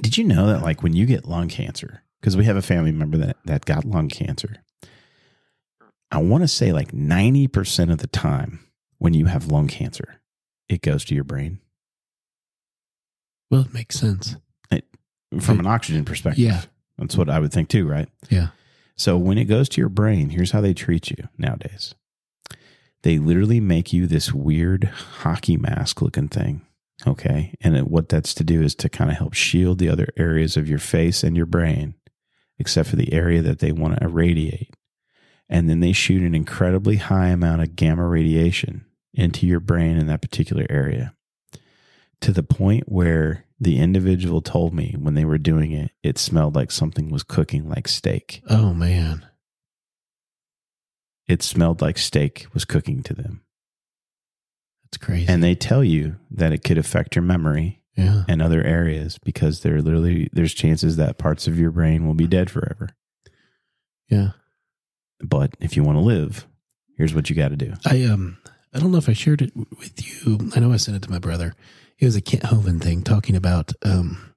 did you know that, like, when you get lung cancer, because we have a family member that, that got lung cancer, I want to say like 90% of the time when you have lung cancer, it goes to your brain Well, it makes sense. from an oxygen perspective. Yeah. That's what I would think too, right? Yeah. So when it goes to your brain, here's how they treat you nowadays. They literally make you this weird hockey mask looking thing. Okay. And it, what that's to do is to kind of help shield the other areas of your face and your brain, except for the area that they want to irradiate. And then they shoot an incredibly high amount of gamma radiation into your brain in that particular area to the point where the individual told me when they were doing it, it smelled like something was cooking like steak Oh man. it smelled like steak was cooking to them. That's crazy. And they tell you that it could affect your memory yeah. and other areas because there literally there's chances that parts of your brain will be dead forever. Yeah. But if you want to live, here's what you got to do. I um I don't know if I shared it w- with you. I know I sent it to my brother. It was a Kent Hovind thing talking about um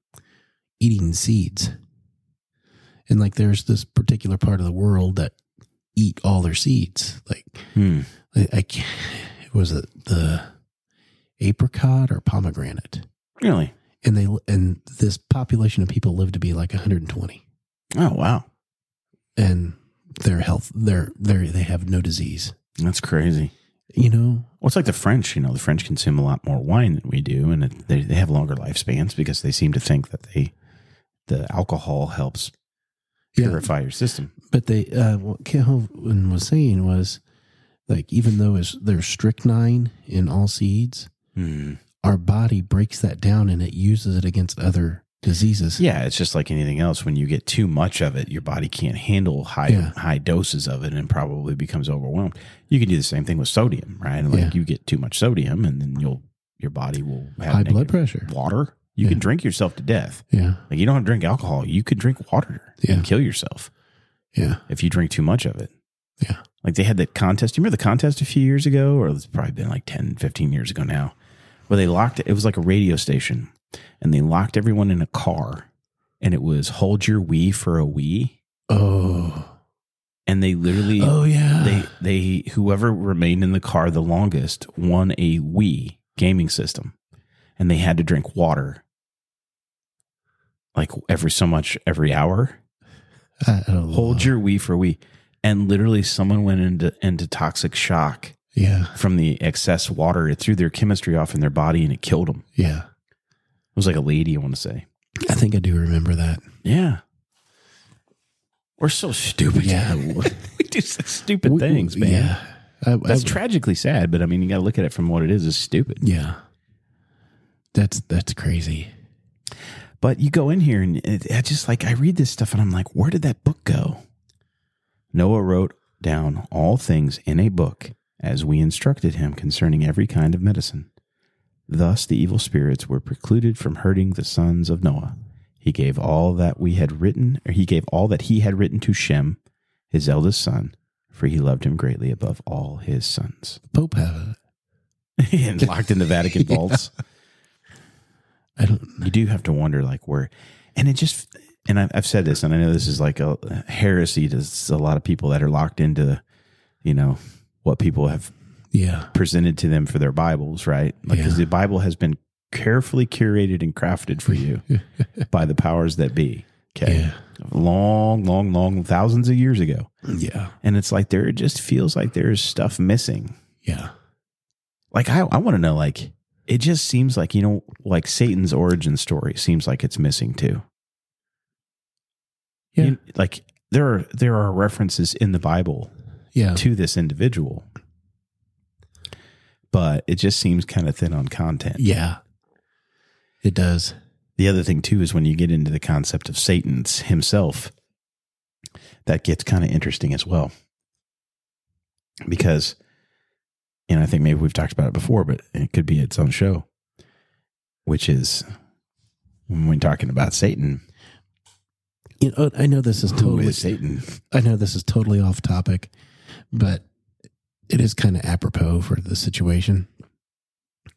eating seeds. And like there's this particular part of the world that eat all their seeds. Like Hmm. I, I can't, was it the apricot or pomegranate? Really? And they and this population of people live to be like 120 Oh wow, and their health they're they they have no disease. that's crazy. You know, Well, it's like the French. You know, the French consume a lot more wine than we do, and it, they they have longer lifespans because they seem to think that they the alcohol helps purify your system. But they, uh, what Kehoven was saying was, like, even though it's, there's strychnine in all seeds, Hmm. our body breaks that down and it uses it against other diseases. Yeah, it's just like anything else. When you get too much of it, your body can't handle high Yeah. high doses of it and probably becomes overwhelmed. You can do the same thing with sodium, right? Like Yeah. you get too much sodium, and then you'll your body will have High negative- blood pressure. Water, you can Yeah. drink yourself to death. Yeah. Like you don't have to drink alcohol. You could drink water Yeah. and kill yourself Yeah. if you drink too much of it. Yeah. Like they had that contest. You remember the contest a few years ago, or it's probably been like 10, 15 years ago now, where they locked it was like a radio station and they locked everyone in a car and it was hold your Wii for a Wii. Oh. And they literally Oh, yeah. they they whoever remained in the car the longest won a Wii gaming system. And they had to drink water like every so much every hour I, I don't hold know. your Wii for a Wii. And literally, someone went into into toxic shock Yeah. from the excess water. It threw their chemistry off in their body, and it killed them. Yeah. It was like a lady, I want to say. I think I do remember that. Yeah, we're so stupid. (laughs) Yeah. we do such stupid We- things, man. Yeah. I, That's I, tragically sad, but I mean, you got to look at it from what it is. It's stupid. Yeah. That's, that's crazy. But you go in here, and it, I just like I read this stuff, and I'm like, where did that book go? Noah wrote down all things in a book as we instructed him concerning every kind of medicine. Thus the evil spirits were precluded from hurting the sons of Noah. He gave all that we had written, or he gave all that he had written to Shem, his eldest son, for he loved him greatly above all his sons. (laughs) Pope have it. and locked in the Vatican Yeah. vaults I don't you do have to wonder like where and it just and I've, I've said this and i know this is like a heresy to s- a lot of people that are locked into you know what people have Yeah. presented to them for their bibles right like because Yeah. the bible has been carefully curated and crafted for (laughs) you by the powers that be okay Yeah. long long long thousands of years ago Yeah. and it's like there it just feels like there's stuff missing Yeah. like i, I want to know like it just seems like you know like satan's origin story seems like it's missing too Yeah. You- like there are there are references in the bible Yeah. to this individual but it just seems kind of thin on content Yeah. It does. the other thing too is when you get into the concept of satan himself that gets kind of interesting as well because and i think maybe we've talked about it before but it could be its own show which is when we're talking about satan You know, I know this is who totally is satan I know this is totally off topic, but it is kind of apropos for the situation. A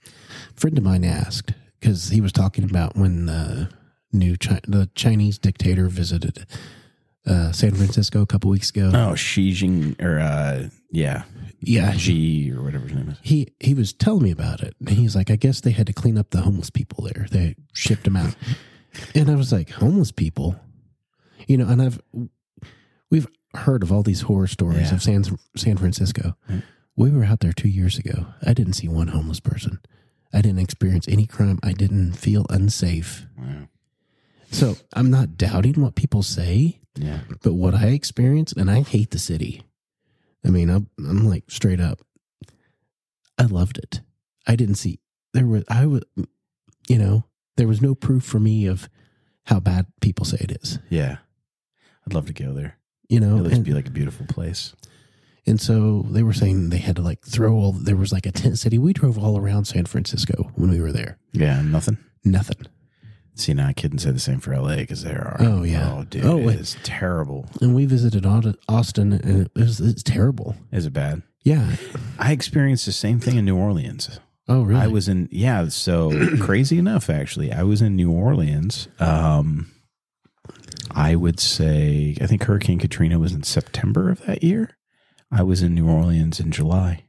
friend of mine asked because he was talking about when the new Chi- the Chinese dictator visited uh, San Francisco a couple weeks ago. oh xi jing or uh yeah yeah, xi or whatever his name is he he was telling me about it, and he's like, I guess they had to clean up the homeless people there. They shipped them out, and I was like, homeless people, you know. And I've we've heard of all these horror stories Yeah. of San San Francisco. We were out there two years ago. I didn't see one homeless person. I didn't experience any crime. I didn't feel unsafe. Wow. So I'm not doubting what people say yeah but what I experienced, and I hate the city. I mean, I'm, I'm like straight up. I loved it. I didn't see there was I was, you know, there was no proof for me of how bad people say it is. yeah i'd love to go there You know, it looks and, be like a beautiful place and so they were saying they had to like throw all. There was like a tent city. We drove all around San Francisco when we were there. yeah nothing Nothing. See, now I couldn't say the same for LA because there are. Oh, yeah. Oh, dude. Oh, it wait. is terrible. And we visited Aud- Austin, and it was it's terrible. Is it bad? Yeah. I experienced the same thing in New Orleans. Oh really? I was in, yeah. (clears throat) So crazy enough, actually, I was in New Orleans. Um, I would say, I think Hurricane Katrina was in September of that year. I was in New Orleans in July,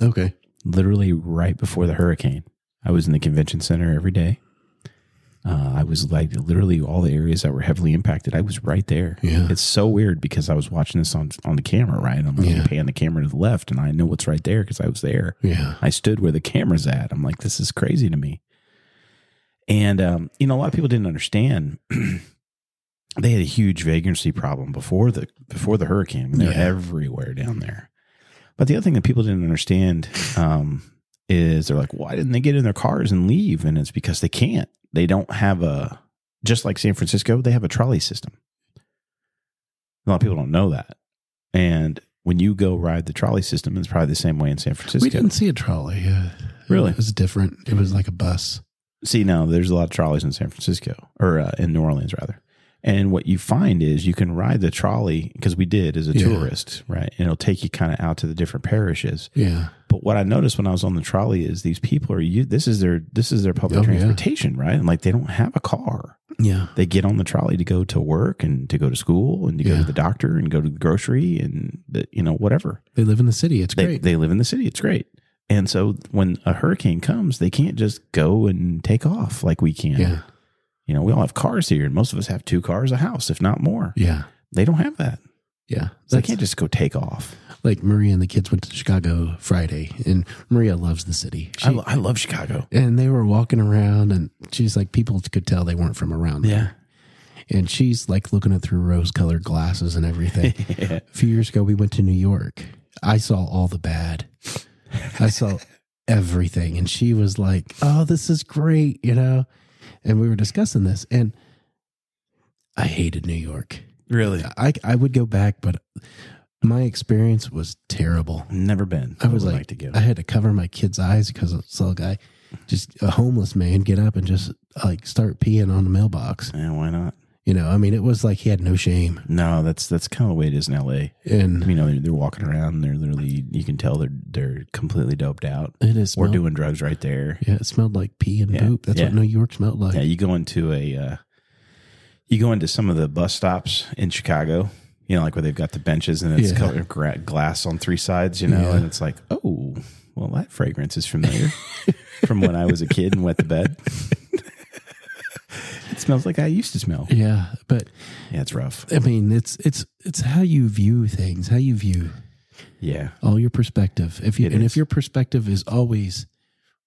okay. literally right before the hurricane. I was in the convention center every day. Uh, I was like literally all the areas that were heavily impacted. I was right there. Yeah. It's so weird because I was watching this on on the camera, right? I'm like Yeah. pan the camera to the left, and I know what's right there because I was there. yeah. I stood where the camera's at. I'm like, this is crazy to me. And um, you know, a lot of people didn't understand. (clears throat) they had a huge vagrancy problem before the before the hurricane. I mean, they're Yeah. everywhere down there. But the other thing that people didn't understand um, is they're like, why didn't they get in their cars and leave? And it's because they can't. They don't have a just like San Francisco, they have a trolley system. A lot of people don't know that. And when you go ride the trolley system, it's probably the same way in San Francisco. We didn't see a trolley. Uh, Really? It was different. It was like a bus. see now there's a lot of trolleys in San Francisco or uh, in New Orleans rather. And what you find is you can ride the trolley because we did as a Yeah. tourist, right? And it'll take you kind of out to the different parishes. Yeah. But what I noticed when I was on the trolley is these people are you this is their this is their public Oh, yeah. transportation, right? And like they don't have a car. Yeah. They get on the trolley to go to work and to go to school and to go Yeah. to the doctor and go to the grocery and the, you know whatever. They live in the city. It's They great. they live in the city. It's great. And so when a hurricane comes, they can't just go and take off like we can. yeah. You know, we all have cars here, and most of us have two cars a house, if not more. Yeah. They don't have that. Yeah. So they That's can't just go take off. like Maria and the kids went to Chicago Friday, and Maria loves the city. She, I, lo- I love Chicago. and they were walking around, and she's like, people could tell they weren't from around there. And she's like looking at through rose colored glasses (laughs) and everything. (laughs) Yeah. a few years ago, we went to New York. I saw all the bad. (laughs) I saw everything. And she was like, oh, this is great, you know? And we were discussing this. And I hated New York. Really? I, I would go back, but my experience was terrible. Never been. I was would like, to go. I had to cover my kid's eyes because I saw a guy, just a homeless man, get up and just like start peeing on the mailbox. yeah, why not? You know, I mean, it was like he had no shame. No, that's that's kind of the way it is in LA. And You know, they're, they're walking around and they're literally, you can tell they're they're completely doped out. it is We're doing drugs right there. Yeah, it smelled like pee and Yeah, poop. That's yeah. what New York smelled like. Yeah, you go into a, uh, you go into some of the bus stops in Chicago. You know, like where they've got the benches and it's Yeah. colored gra- glass on three sides. You know, Yeah. and it's like, oh, well, that fragrance is familiar from when I was a kid and wet the bed. (laughs) it smells like I used to smell. Yeah, but Yeah, it's rough. I mean, it's it's it's how you view things, how you view Yeah, all your perspective. If you It and is. if your perspective is always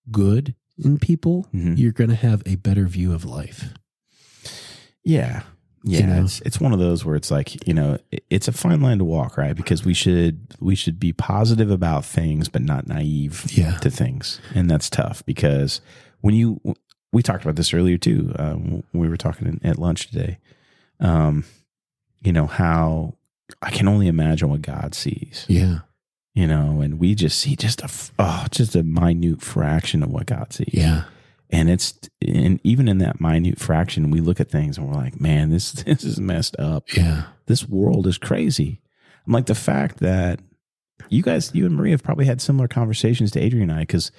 good, in people, Mhm. you're going to have a better view of life. Yeah. Yeah. You know? It's it's one of those where it's like, you know, it- it's a fine line to walk, right? Because we should we should be positive about things but not naive Yeah. to things. And that's tough because when you we talked about this earlier too. Um, we were talking in- at lunch today. Um, you know how I can only imagine what God sees. Yeah. You know, and we just see just a f- oh, just a minute fraction of what God sees. Yeah. And it's and even in that minute fraction, we look at things and we're like, man, this (laughs) this is messed up. Yeah. This world is crazy. I'm like the fact that you guys, you and Maria have probably had similar conversations to Adrian and I, because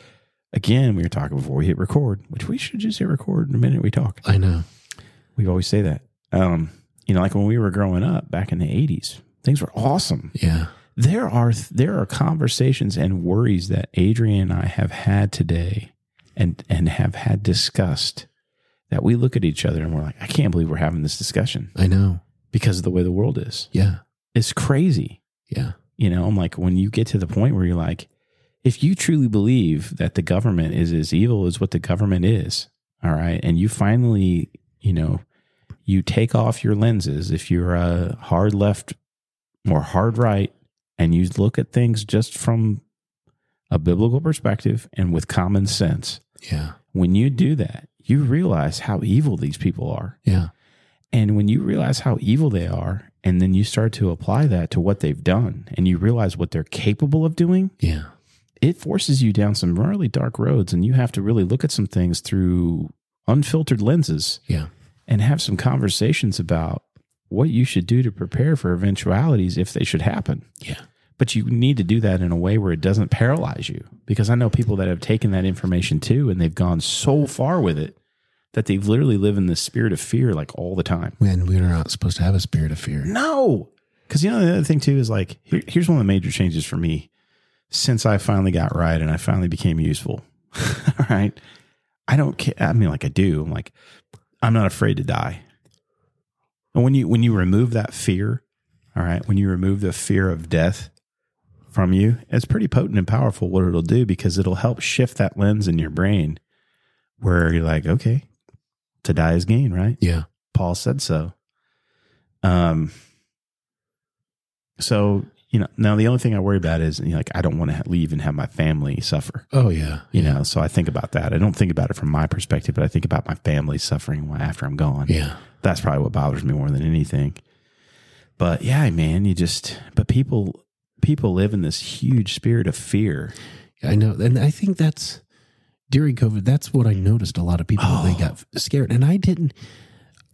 again, we were talking before we hit record, which we should just hit record the minute we talk. I know. We always say that. Um, you know, like when we were growing up back in the eighties, things were awesome Yeah. there are there are conversations and worries that Adrian and I have had today and and have had discussed that we look at each other and we're like I can't believe we're having this discussion I know. because of the way the world is. Yeah. It's crazy. Yeah. You know, I'm like when you get to the point where you're like if you truly believe that the government is as evil as what the government is, all right, and you finally, you know, you take off your lenses if you're a hard left or hard right and you look at things just from a biblical perspective and with common sense. Yeah. When you do that, you realize how evil these people are. Yeah. And when you realize how evil they are, and then you start to apply that to what they've done and you realize what they're capable of doing, Yeah. it forces you down some really dark roads and you have to really look at some things through unfiltered lenses Yeah. and have some conversations about what you should do to prepare for eventualities if they should happen. Yeah. But you need to do that in a way where it doesn't paralyze you because I know people that have taken that information too and they've gone so far with it that they've literally lived in this spirit of fear like all the time. When we are not supposed to have a spirit of fear. No. Because you know, the other thing too is like, here, here's one of the major changes for me since I finally got right and I finally became useful. (laughs) All right. I don't care. I mean, like I do. I'm like, I'm not afraid to die. And when you when you remove that fear, all right, when you remove the fear of death from you, it's pretty potent and powerful what it'll do because it'll help shift that lens in your brain where you're like, okay, to die is gain, right? Yeah. Paul said so. Um, so you know, now the only thing I worry about is you know, like I don't want to leave and have my family suffer. Oh yeah. You know, so I think about that. I don't think about it from my perspective, but I think about my family suffering wh- after I'm gone. Yeah. That's probably what bothers me more than anything. But yeah, man, you just but people people live in this huge spirit of fear. I know. And I think that's during COVID, that's what I noticed a lot of people they got scared. And I didn't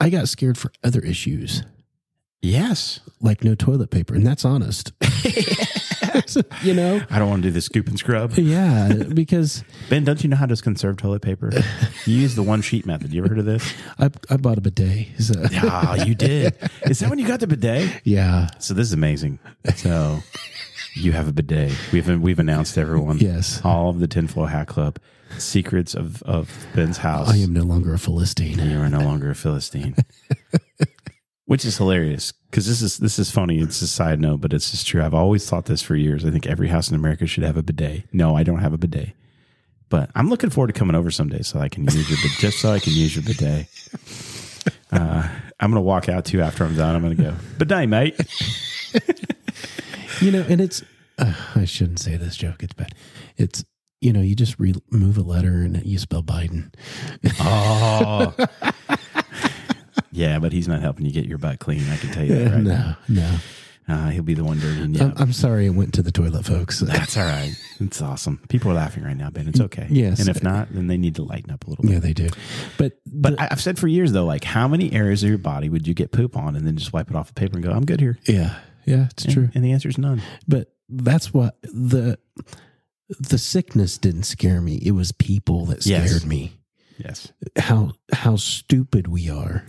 I got scared for other issues, Yes. like no toilet paper. And that's honest. (laughs) you know? I don't want to do the scoop and (laughs) scrub. Yeah. Because Ben, don't you know how to conserve toilet paper? You use the one sheet method. You ever heard of this? I I bought a bidet. So Ah, you did. Is that when you got the bidet? yeah. So this is amazing. So you have a bidet. We've we've announced to everyone. Yes. All of the tinfoil hat club secrets of of Ben's house. I am no longer a Philistine. You are no (laughs) longer a philistine. Which is hilarious because this is this is funny. It's a side note, but it's just true. I've always thought this for years. I think every house in America should have a bidet. No, I don't have a bidet, but I'm looking forward to coming over someday so I can use your bidet. just so I can use your bidet. Uh, I'm gonna walk out too after I'm done. I'm gonna go bidet, mate. You know, and it's (sighs) uh, I shouldn't say this joke, it's bad. It's you know, you just remove a letter and you spell Biden. Oh, yeah, but he's not helping you get your butt clean. I can tell you that. Right? (laughs) No, Um, uh, no. Uh, he'll be the one dirtying you. I'm, I'm sorry I went to the toilet, folks. (laughs) That's all right. It's awesome. People are laughing right now, Ben. It's okay. Yes. And if not, then they need to lighten up a little bit. yeah, they do. But But I I've said for years, though, like how many areas of your body would you get poop on and then just wipe it off with paper and go, I'm good here? yeah, yeah, it's And, true. And the answer is none. But that's what the the sickness didn't scare me. It was people that scared Yes. me. Yes. How how stupid we are.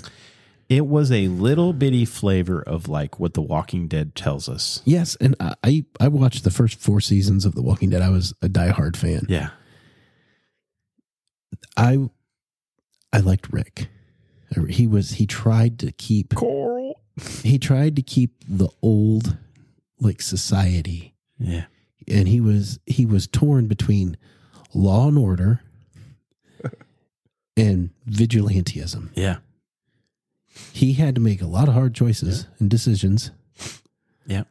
It was a little bitty flavor of like what The Walking Dead tells us. Yes, and I- I I watched the first four seasons of The Walking Dead. I was a diehard fan. Yeah. I I liked Rick. He was he tried to keep Coral. he tried to keep the old like society Yeah. (laughs) and he was he was torn between law and order and vigilantism. Yeah. He had to make a lot of hard choices and decisions. Yeah.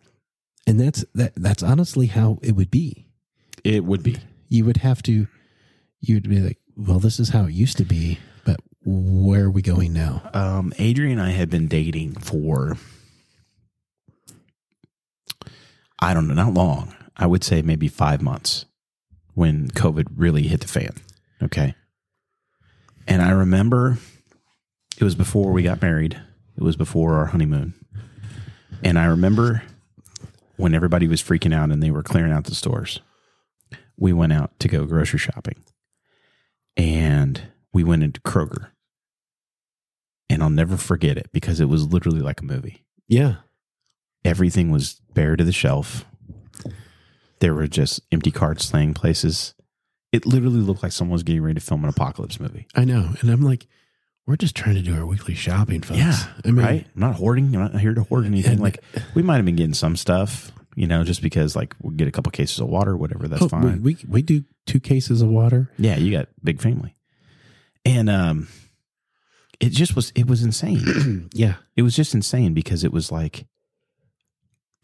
And that's that that's honestly how it would be. It would be. You would have to you'd be like, well, this is how it used to be, but where are we going now? Um, Adrian and I had been dating for I don't know, not long. I would say maybe five months when COVID really hit the fan. Okay. And I remember it was before we got married. It was before our honeymoon. And I remember when everybody was freaking out and they were clearing out the stores. We went out to go grocery shopping. And we went into Kroger and I'll never forget it because it was literally like a movie. Yeah. Everything was bare to the shelf. There were just empty carts laying places. It literally looked like someone was getting ready to film an apocalypse movie. I know. And I'm like, we're just trying to do our weekly shopping, folks. I mean right? I'm not hoarding. I'm not here to hoard anything. And- Like we might have been getting some stuff, you know, just because like we'll get a couple cases of water, whatever. That's oh, fine. We, we we do two cases of water. Yeah, you got big family, and um, it just was. It was insane. yeah. it was just insane because it was like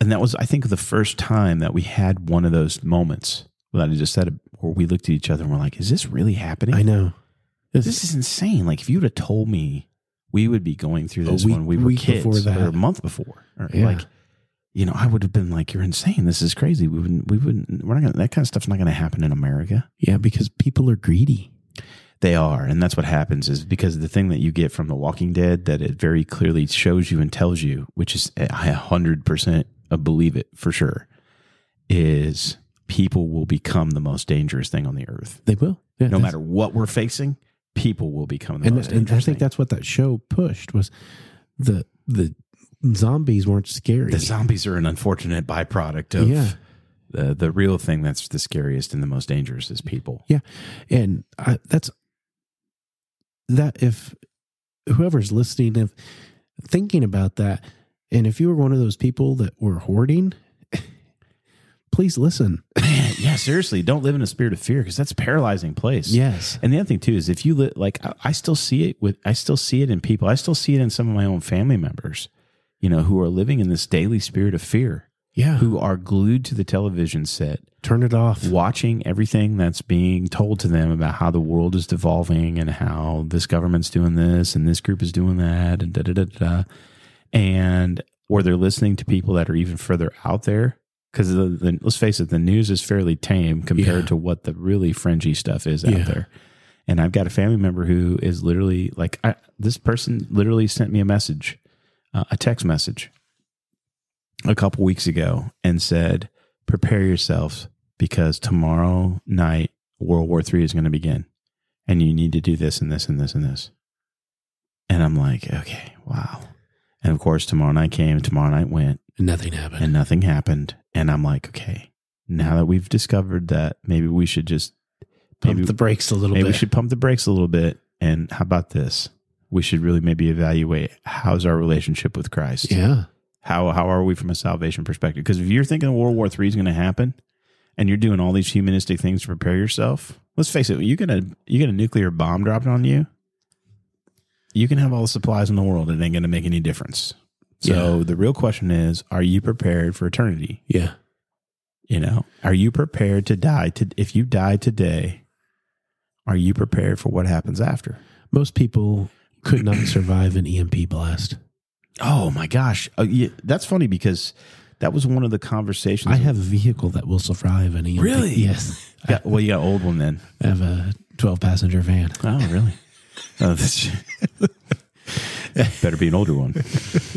and that was i think the first time that we had one of those moments that i just said where we looked at each other and we're like is this really happening I know. this is insane like if you'd have told me we would be going through A this week- when we were week kids before that. or a month before or Yeah. like you know i would have been like you're insane this is crazy we wouldn't we wouldn't we're not gonna that kind of stuff's not gonna happen in america yeah, because people are greedy. they are, and that's what happens is because the thing that you get from The Walking Dead that it very clearly shows you and tells you, which is I a hundred percent believe it for sure, is people will become the most dangerous thing on the earth. They will. Yeah, No that's- matter what we're facing, people will become the and, most and I dangerous. think thing. that's what that show pushed was the the zombies weren't scary. the zombies are an unfortunate byproduct of Yeah. the the real thing that's the scariest and the most dangerous is people. (laughs) yeah, and I, that's that. If whoever's listening, if thinking about that, and if you were one of those people that were hoarding, (laughs) please listen. Man, yeah, seriously, don't live in a spirit of fear because that's a paralyzing place. Yes, And the other thing too is if you li- like, I, I still see it with, I still see it in people. I still see it in some of my own family members, you know, who are living in this daily spirit of fear, yeah. who are glued to the television set, Turn it off. watching everything that's being told to them about how the world is devolving and how this government's doing this and this group is doing that and da da da da. da. And or they're listening to people that are even further out there. Because the, the, let's face it, the news is fairly tame compared Yeah. to what the really fringy stuff is Yeah. out there. And I've got a family member who is literally like, I, this person literally sent me a message, uh, a text message a couple weeks ago and said, prepare yourselves because tomorrow night, World War III is going to begin and you need to do this and this and this and this. And I'm like, okay, wow. And of course, tomorrow night came, tomorrow night went, Nothing happened. and nothing happened. And I'm like, okay, now that we've discovered that, maybe we should just Pump maybe- the brakes a little maybe bit. we should pump the brakes a little bit. And how about this? We should really maybe evaluate how's our relationship with Christ. yeah. How how are we from a salvation perspective? Because if you're thinking World War III is going to happen, and you're doing all these humanistic things to prepare yourself, let's face it, you get a you get a nuclear bomb dropped on you. You can have all the supplies in the world; it ain't going to make any difference. So the real question is: Are you prepared for eternity? Yeah. You know, are you prepared to die? To if you die today, are you prepared for what happens after? Most people could not survive an EMP blast. Oh my gosh, oh, yeah, that's funny because that was one of the conversations. I have a vehicle that will survive an EMP. Really? Yes. Yeah, well, you got an old one then. I have a 12 passenger van. Oh, (laughs) really? oh, that's, better be an older one.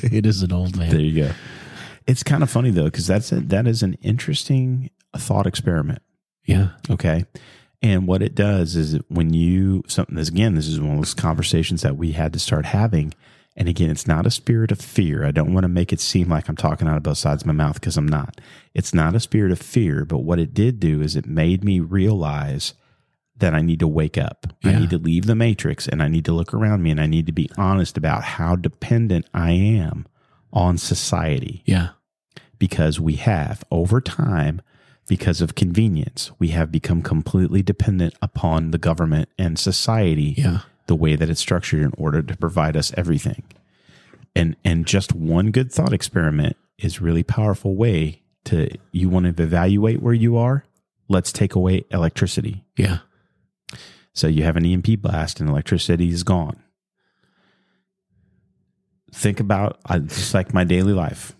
It is an old (laughs) van. There you go. It's kind of funny though, because that's a, that is an interesting thought experiment. Yeah. Okay, and what it does is it- when you something this again, this is one of those conversations that we had to start having. And again, it's not a spirit of fear. I don't want to make it seem like I'm talking out of both sides of my mouth because I'm not. It's not a spirit of fear, but what it did do is it made me realize that I need to wake up. I Yeah. need to leave the matrix and I need to look around me and I need to be honest about how dependent I am on society Yeah. because we have over time because of convenience we have become completely dependent upon the government and society Yeah. the way that it's structured in order to provide us everything. And and just one good thought experiment is really powerful way to you want to evaluate where you are. Let's take away electricity. Yeah. So you have an EMP blast and electricity is gone. Think about I, just like my daily life.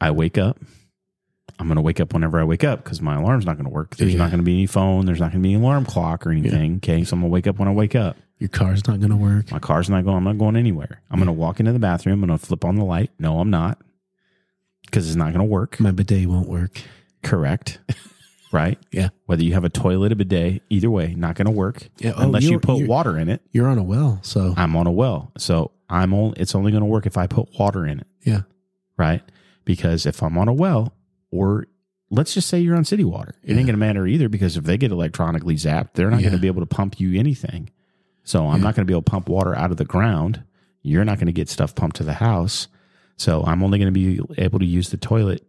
I wake up. I'm going to wake up whenever I wake up because my alarm's not going to work. There's Yeah. not going to be any phone. There's not going to be an alarm clock or anything. Okay. So I'm going to wake up when I wake up. Your car's not going to work. My car's not going. I'm not going anywhere. I'm going to walk into the bathroom. I'm going to flip on the light. No, I'm not because it's not going to work. My bidet won't work. (laughs) Correct. Right. Yeah. Whether you have a toilet, a bidet, either way, not going to work Yeah. Oh, unless you you're- put you're- water in it. You're on a well, so I'm on a well. So I'm only it's only going to work if I put water in it, yeah, right? Because if I'm on a well or let's just say you're on city water. It Yeah. ain't going to matter either because if they get electronically zapped, they're not going Yeah. to be able to pump you anything. So I'm Yeah. not going to be able to pump water out of the ground. You're not going to get stuff pumped to the house. So I'm only going to be able to use the toilet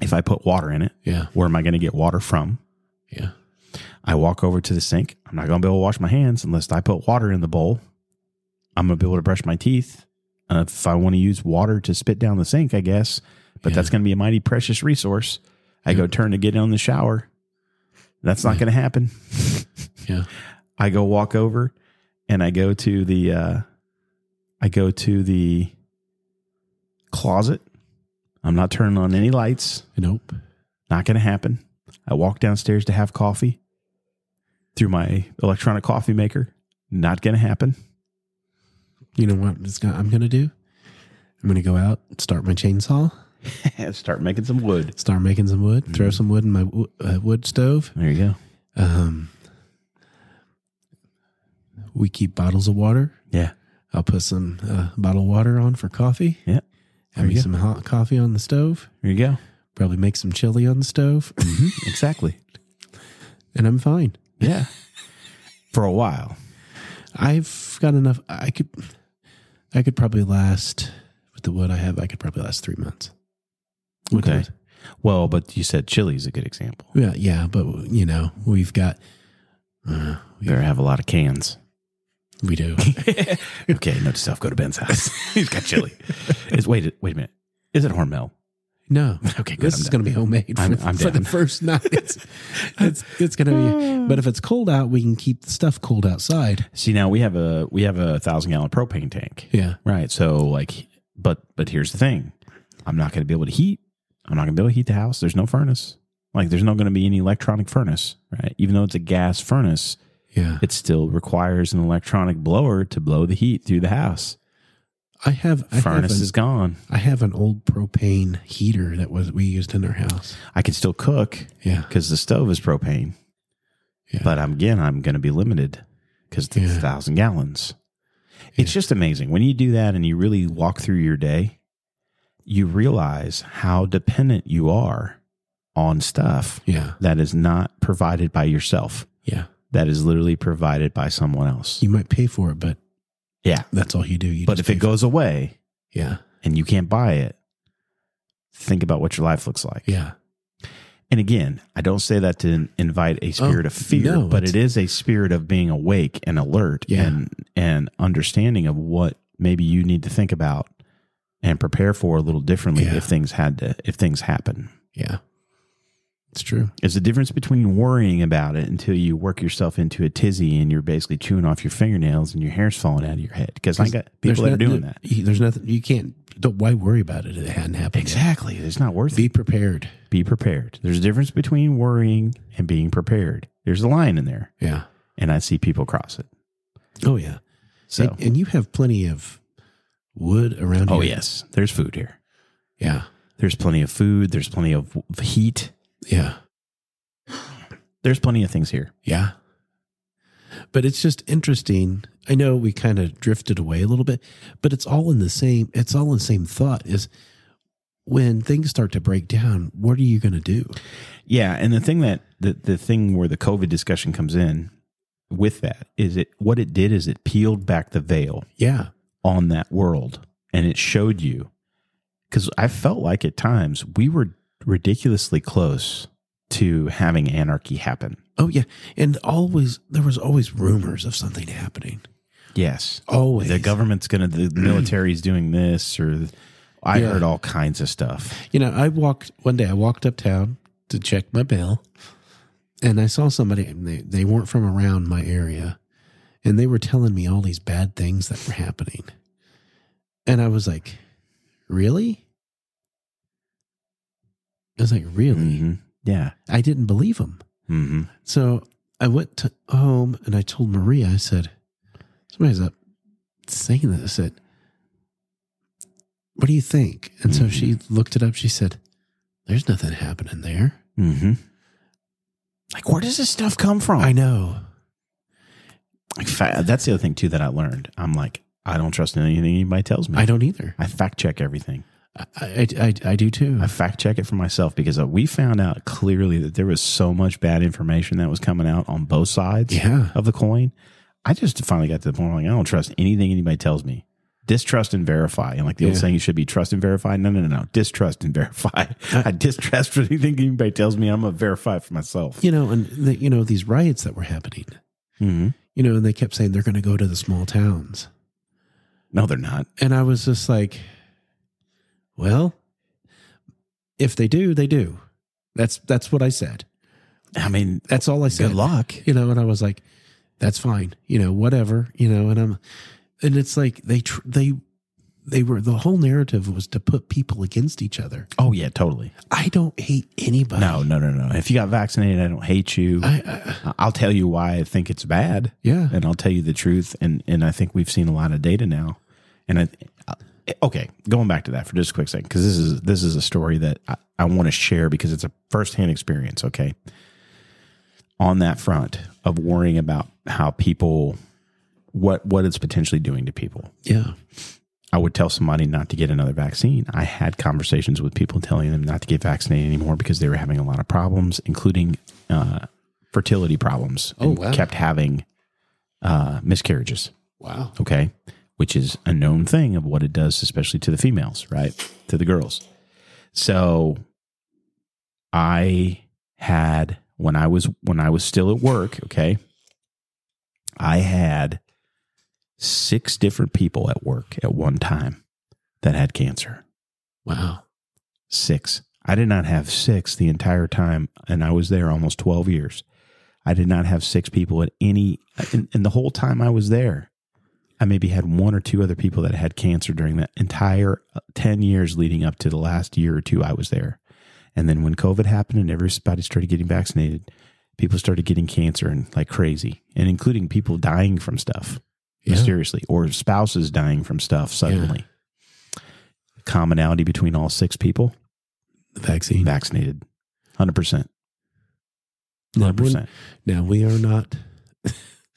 if I put water in it. yeah, Where am I going to get water from? yeah, I walk over to the sink. I'm not going to be able to wash my hands unless I put water in the bowl. I'm going to be able to brush my teeth. Uh, if I want to use water to spit down the sink, I guess, but Yeah. that's going to be a mighty precious resource. I go turn to get in the shower. That's not Yeah. going to happen. (laughs) yeah. I go walk over and I go to the uh I go to the closet. I'm not turning on any lights. Nope. Not going to happen. I walk downstairs to have coffee through my electronic coffee maker. Not going to happen. You know what? It's gonna, I'm going to do. I'm going to go out, start my chainsaw, (laughs) Start making some wood. start making some wood, Mm-hmm. throw some wood in my wo- uh, wood stove. There you go. Um, we keep bottles of water. Yeah. I'll put some uh, bottled water on for coffee. Yeah. Have There me you go. some hot coffee on the stove. There you go. Probably make some chili on the stove, (laughs) (laughs) exactly. and I'm fine. Mm-hmm. Yeah. For a while. I've got enough. I could, I could probably last with the wood I have. I could probably last three months. With the Okay. wood. Well, but you said chili is a good example. Yeah, yeah, but you know, we've got. Uh, You better have a lot of (laughs) cans. we do. Okay, note to self, go to Ben's house. (laughs) He's got chili. Is wait wait a minute. Is it Hormel? No, (laughs) Okay, good. this I'm is done. going to be homemade for, I'm- I'm for the down. first night. (laughs) It's it's, it's going to be. But if it's cold out, we can keep the stuff cold outside. See now we have a we have a thousand gallon propane tank. Yeah, Right. So like but but here's the thing. I'm not gonna be able to heat. I'm not gonna be able to heat the house. There's no furnace. Like there's not gonna be any electronic furnace, right? Even though it's a gas furnace, yeah. it still requires an electronic blower to blow the heat through the house. I have I have, furnace an, is gone. I have an old propane heater that was we used in our house. I can still cook Yeah, because the stove is propane. Yeah. But I'm, again, I'm going to be limited because it's Yeah. a thousand gallons. It's just amazing when you do that and you really walk through your day. You realize how dependent you are on stuff yeah, that is not provided by yourself. yeah. That is literally provided by someone else. You might pay for it, but Yeah, that's all you do. You but just if it pay for goes away yeah, and you can't buy it, think about what your life looks like. yeah, And again, I don't say that to in- invite a spirit of fear, Oh, no, but it's- it is a spirit of being awake and alert Yeah. and and understanding of what maybe you need to think about and prepare for a little differently Yeah. if things had to if things happen. yeah. It's true. It's the difference between worrying about it until you work yourself into a tizzy and you're basically chewing off your fingernails and your hair's falling out of your head. Because I got people that are There's doing nothing- that. you- There's nothing you can't. Don't why worry about it. if It hadn't happened. yet. Exactly. It's not worth it. Be prepared. Be prepared. There's a difference between worrying and being prepared. There's a line in there. Yeah. And I see people cross it. Oh yeah. So and, and you have plenty of wood around. Oh here. yes, there's food here. Yeah. There's plenty of food. There's plenty of w- heat. Yeah. There's plenty of things here. Yeah. But it's just interesting. I know we kind of drifted away a little bit, but it's all in the same. It's all in the same thought. Is when things start to break down, what are you going to do? Yeah, and the thing that the the thing where the COVID discussion comes in with that is it what it did is it peeled back the veil Yeah. on that world and it showed you because I felt like at times we were ridiculously close to having anarchy happen. Oh yeah, and always there was always rumors of something happening. Yes. Always The government's going to, (clears throat) the military's doing this, or I Yeah. heard all kinds of stuff. You know, I walked one day. I walked uptown to check my bill, and I saw somebody. And they they weren't from around my area, and they were telling me all these bad things that were happening, and I was like, "Really?" I was like, "Really?" Mhm. Yeah. I didn't believe them. hmm So I went to home and I told Maria, I said, somebody's up saying this. I said, what do you think? And so she looked it up. She said, there's nothing happening there. hmm Like, where does this stuff come from? I know. Like, fa- that's the other thing too that I learned. I'm like, I don't trust anything anybody tells me. I don't either. I fact check everything. I, I, I, I do too. I fact check it for myself because uh, we found out clearly that there was so much bad information that was coming out on both sides Yeah. of the coin. I just finally got to the point where I'm like I don't trust anything anybody tells me. Distrust and verify. And like the old Yeah. saying, you should be trust and verify. No, no, no, no. Distrust and verify. (laughs) I distrust for anything anybody tells me. I'm going to verify it for myself. You know, and the, you know, these riots that were happening, Mhm. you know, and they kept saying they're going to go to the small towns. No, they're not. And I was just like, well, if they do, they do. That's, that's what I said. I mean, That's all I said. good luck. You know, and I was like, that's fine. You know, whatever. You know, and I'm, and it's like they tr- they they were the whole narrative was to put people against each other. Oh, yeah, totally. I don't hate anybody. No, no, no, no. If you got vaccinated, I don't hate you. I, I I'll tell you why I think it's bad, yeah. and I'll tell you the truth. And and I think we've seen a lot of data now. And I, I- okay, going back to that for just a quick second, because this is this is a story that I, I want to share because it's a firsthand experience. Okay, on that front of worrying about how people, what what it's potentially doing to people. Yeah. I would tell somebody not to get another vaccine. I had conversations with people telling them not to get vaccinated anymore because they were having a lot of problems, including uh, fertility problems. Oh, and wow. Kept having uh, miscarriages. Wow. Okay, which is a known thing of what it does, especially to the females, right? To the girls. So, I had when I was when I was still at work. Okay, I had six different people at work at one time that had cancer. Wow. Six. I did not have six the entire time, and I was there almost 12 years. I did not have six people at any, and, and the whole time I was there, I maybe had one or two other people that had cancer during that entire uh, 10 years leading up to the last year or two I was there. And then when COVID happened and everybody started getting vaccinated, people started getting cancer and like crazy, and including people dying from stuff Yeah. mysteriously, or spouses dying from stuff suddenly. Commonality between all six people The vaccine. vaccinated. 100%. Now, 100%. now we are not.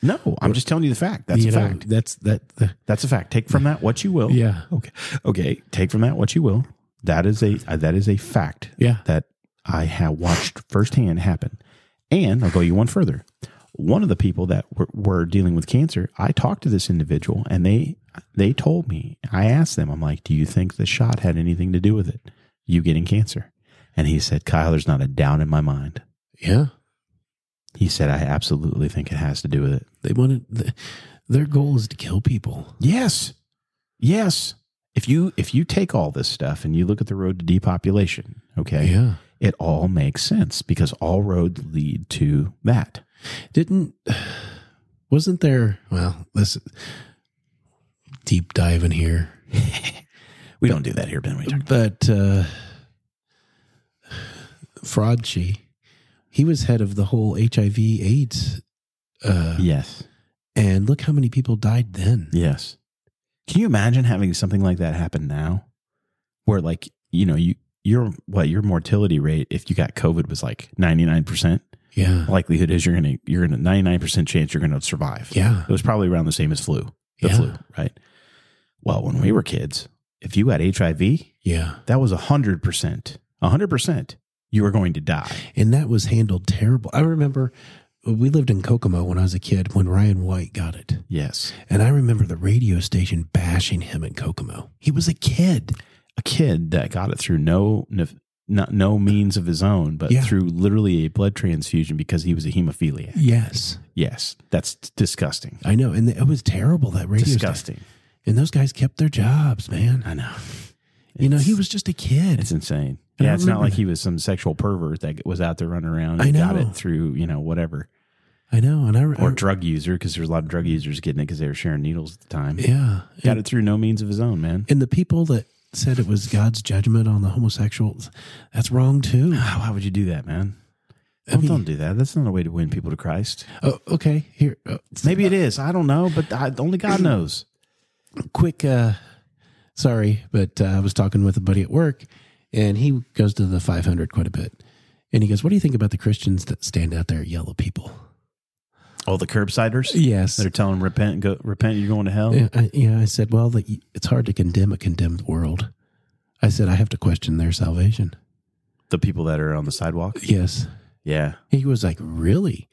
No, I'm just telling you the fact. That's you a know, fact. Oh. That's that. The, That's a fact. Take from that what you will. yeah. Okay. Okay. Take from that what you will. That is a uh, that is a fact Yeah. that I have watched firsthand happen. And I'll go you one further. One of the people that were, were dealing with cancer, I talked to this individual, and they they told me. I asked them, I'm like, "Do you think the shot had anything to do with it? You getting cancer?" And he said, "Kyle, there's not a doubt in my mind." Yeah. He said, "I absolutely think it has to do with it." They wanted. The, their goal is to kill people. Yes. Yes. If you if you take all this stuff and you look at the road to depopulation, okay, Yeah. it all makes sense because all roads lead to that. didn't (sighs) wasn't there well this deep dive in here We don't do that here, Ben. We talk. but uh Fraudchi, he was head of the whole hiv aids uh Yes. and look how many people died then Yes. Can you imagine having something like that happen now? Where like, you know, you your what your mortality rate if you got COVID was like ninety nine percent. yeah Likelihood is you're gonna you're gonna ninety nine percent chance you're gonna survive. yeah It was probably around the same as flu. The Yeah. flu, right? Well, when we were kids, if you had HIV, yeah that was 100%. 100% you were going to die. and that was handled terrible i remember we lived in kokomo when i was a kid when ryan white got it Yes. and i remember the radio station bashing him in kokomo he was a kid A kid that got it through no ne- not, no means of his own, but Yeah. through literally a blood transfusion because he was a hemophiliac. Yes, Yes, that's disgusting. I know, and it was terrible that radio. station. Disgusting. And those guys kept their jobs, man. I know. you know, he was just a kid. It's insane. And yeah, I it's not remember like that. he was some sexual pervert that was out there running around. I And Got know. it through you know whatever I know, and I or I- drug user because there's a lot of drug users getting it because they were sharing needles at the time. yeah, Got it through no means of his own, man. and the people that said it was God's judgment on the homosexuals, that's wrong (sighs) too. Why would you do that, man? I Well, mean- don't do that. That's not a way to win people to Christ. Oh, okay, here, uh, Maybe it is. I don't know, but I, only God (clears throat) knows. quick. uh Sorry, but uh, I was talking with a buddy at work, and he goes to the 500 quite a bit, and he goes, "What do you think about the Christians that stand out there, and yell at people?" All the curbsiders Yes, that are telling him, repent, go, repent, you're going to hell. Yeah, I, yeah, I said, well, the, it's hard to condemn a condemned world. I said, I have to question their salvation. The people that are on the sidewalk. Yes. Yeah, He was like, really?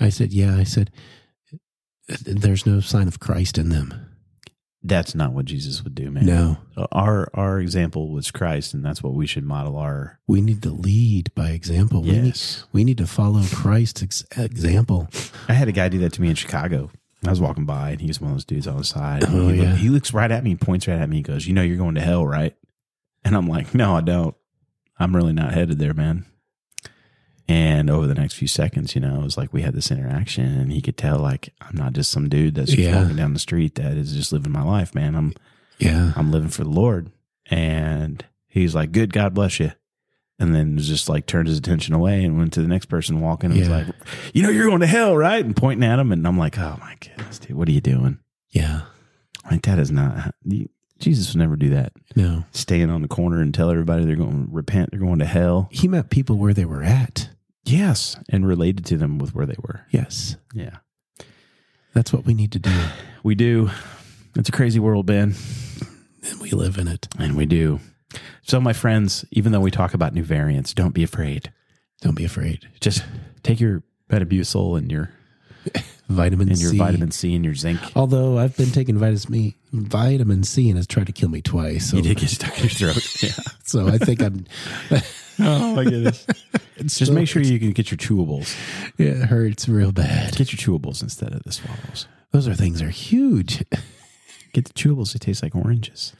I said, yeah. I said, there's no sign of Christ in them. that's not what Jesus would do, man. No, Our our example was Christ, and that's what we should model our. we need to lead by example. We, need, Yes. we need to follow Christ's ex- example. I had a guy do that to me in Chicago. I was walking by and he was one of those dudes on the side. Oh, he, look- yeah. he looks right at me, points right at me, goes, You know, you're going to hell, right? And I'm like, No, I don't. I'm really not headed there, man. And over the next few seconds, you know, it was like we had this interaction and he could tell, like, I'm not just some dude that's just Yeah. walking down the street that is just living my life, man. I'm Yeah. I'm living for the Lord. And he's like, Good, God bless you. And then was just like turned his attention away and went to the next person walking and was Yeah. like, You know, you're going to hell, right? And pointing at him. And I'm like, Oh my goodness, dude, what are you doing? Yeah. Like, that is not, you- Jesus would never do that. No. Staying on the corner and tell everybody they're going to repent, they're going to hell. He met people where they were at. Yes. And related to them with where they were. Yes. Yeah. That's what we need to do. (sighs) We do. It's a crazy world, Ben. And we live in it. And we do. So, my friends, even though we talk about new variants, don't be afraid. Don't be afraid. just take your metamucil and your Vitamin and your C. vitamin C Oh, and your zinc. Although I've been taking vitamin C, vitamin C, and it's tried to kill me twice. So, You did get stuck in your throat. (laughs) yeah. (laughs) so I think I'm. Oh my (laughs) goodness. just make sure you can get your chewables. It hurts real bad. Get your chewables instead of the swallows. Those are things are huge. Get the chewables. They taste like oranges.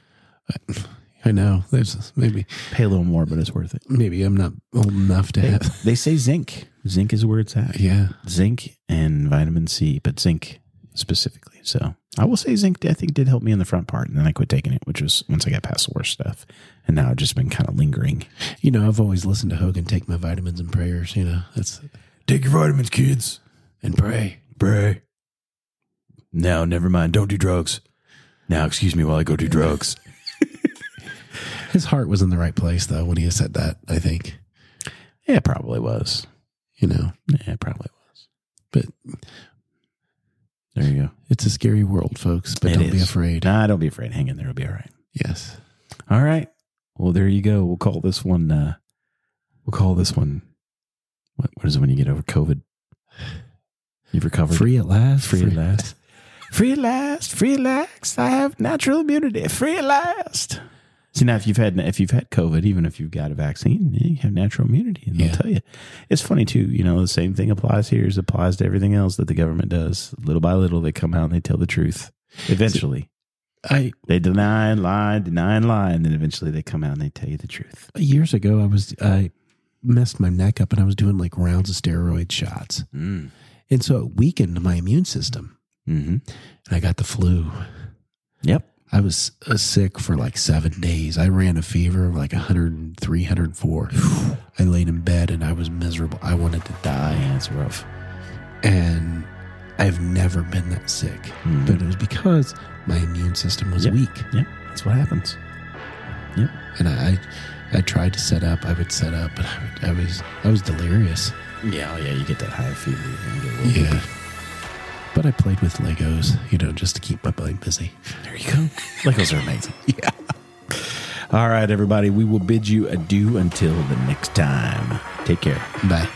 I know. There's maybe Pay a little more, but it's worth it. maybe I'm not old enough (laughs) to have. They say zinc. Zinc is where it's at. Yeah. Zinc and vitamin C, but zinc specifically. So I will say zinc. I think did help me in the front part, and then I quit taking it, which was once I got past the worst stuff, and now I've just been kind of lingering. You know, I've always listened to Hogan take my vitamins and prayers. You know, that's Take your vitamins, kids. and pray. Bray. No, never mind. Don't do drugs. Now, excuse me while I go do drugs. His heart was in the right place though when he said that. I think. (laughs) yeah, it probably was. You know, Yeah, it probably was. but There you go. it's a scary world, folks. But It don't be is. afraid. Nah, don't be afraid. Hang in there. It'll be all right. Yes. All right. Well, there you go. We'll call this one. Uh, we'll call this one. What, what is it when you get over COVID? You've recovered. Free at last. Free at last. Free at last. Free at last. I have natural immunity. Free at last. See now, if you've had if you've had COVID, even if you've got a vaccine, you have natural immunity, and Yeah. they'll tell you. It's funny too. You know, the same thing applies here as applies to everything else that the government does. Little by little, they come out and they tell the truth. Eventually, I they deny and lie, deny and lie, and then eventually they come out and they tell you the truth. years ago i was i messed my neck up and i was doing like rounds of steroid shots Mm. and so it weakened my immune system hmm and i got the flu Yep. i was uh, sick for like seven days i ran a fever of like 103 104 i laid in bed and i was miserable i wanted to die Yeah, it's rough. and i've never been that sick Mhm. but it was because my immune system was Yep. weak Yep. That's what happens. and I, I i tried to set up i would set up but i, would, I was i was delirious Yeah. Oh, yeah. You get that high fever. You're gonna get a little Yeah. But I played with Legos, you know, just to keep my mind busy. There you go. Legos are amazing. (laughs) yeah. All right, everybody. We will bid you adieu until the next time. Take care. Bye.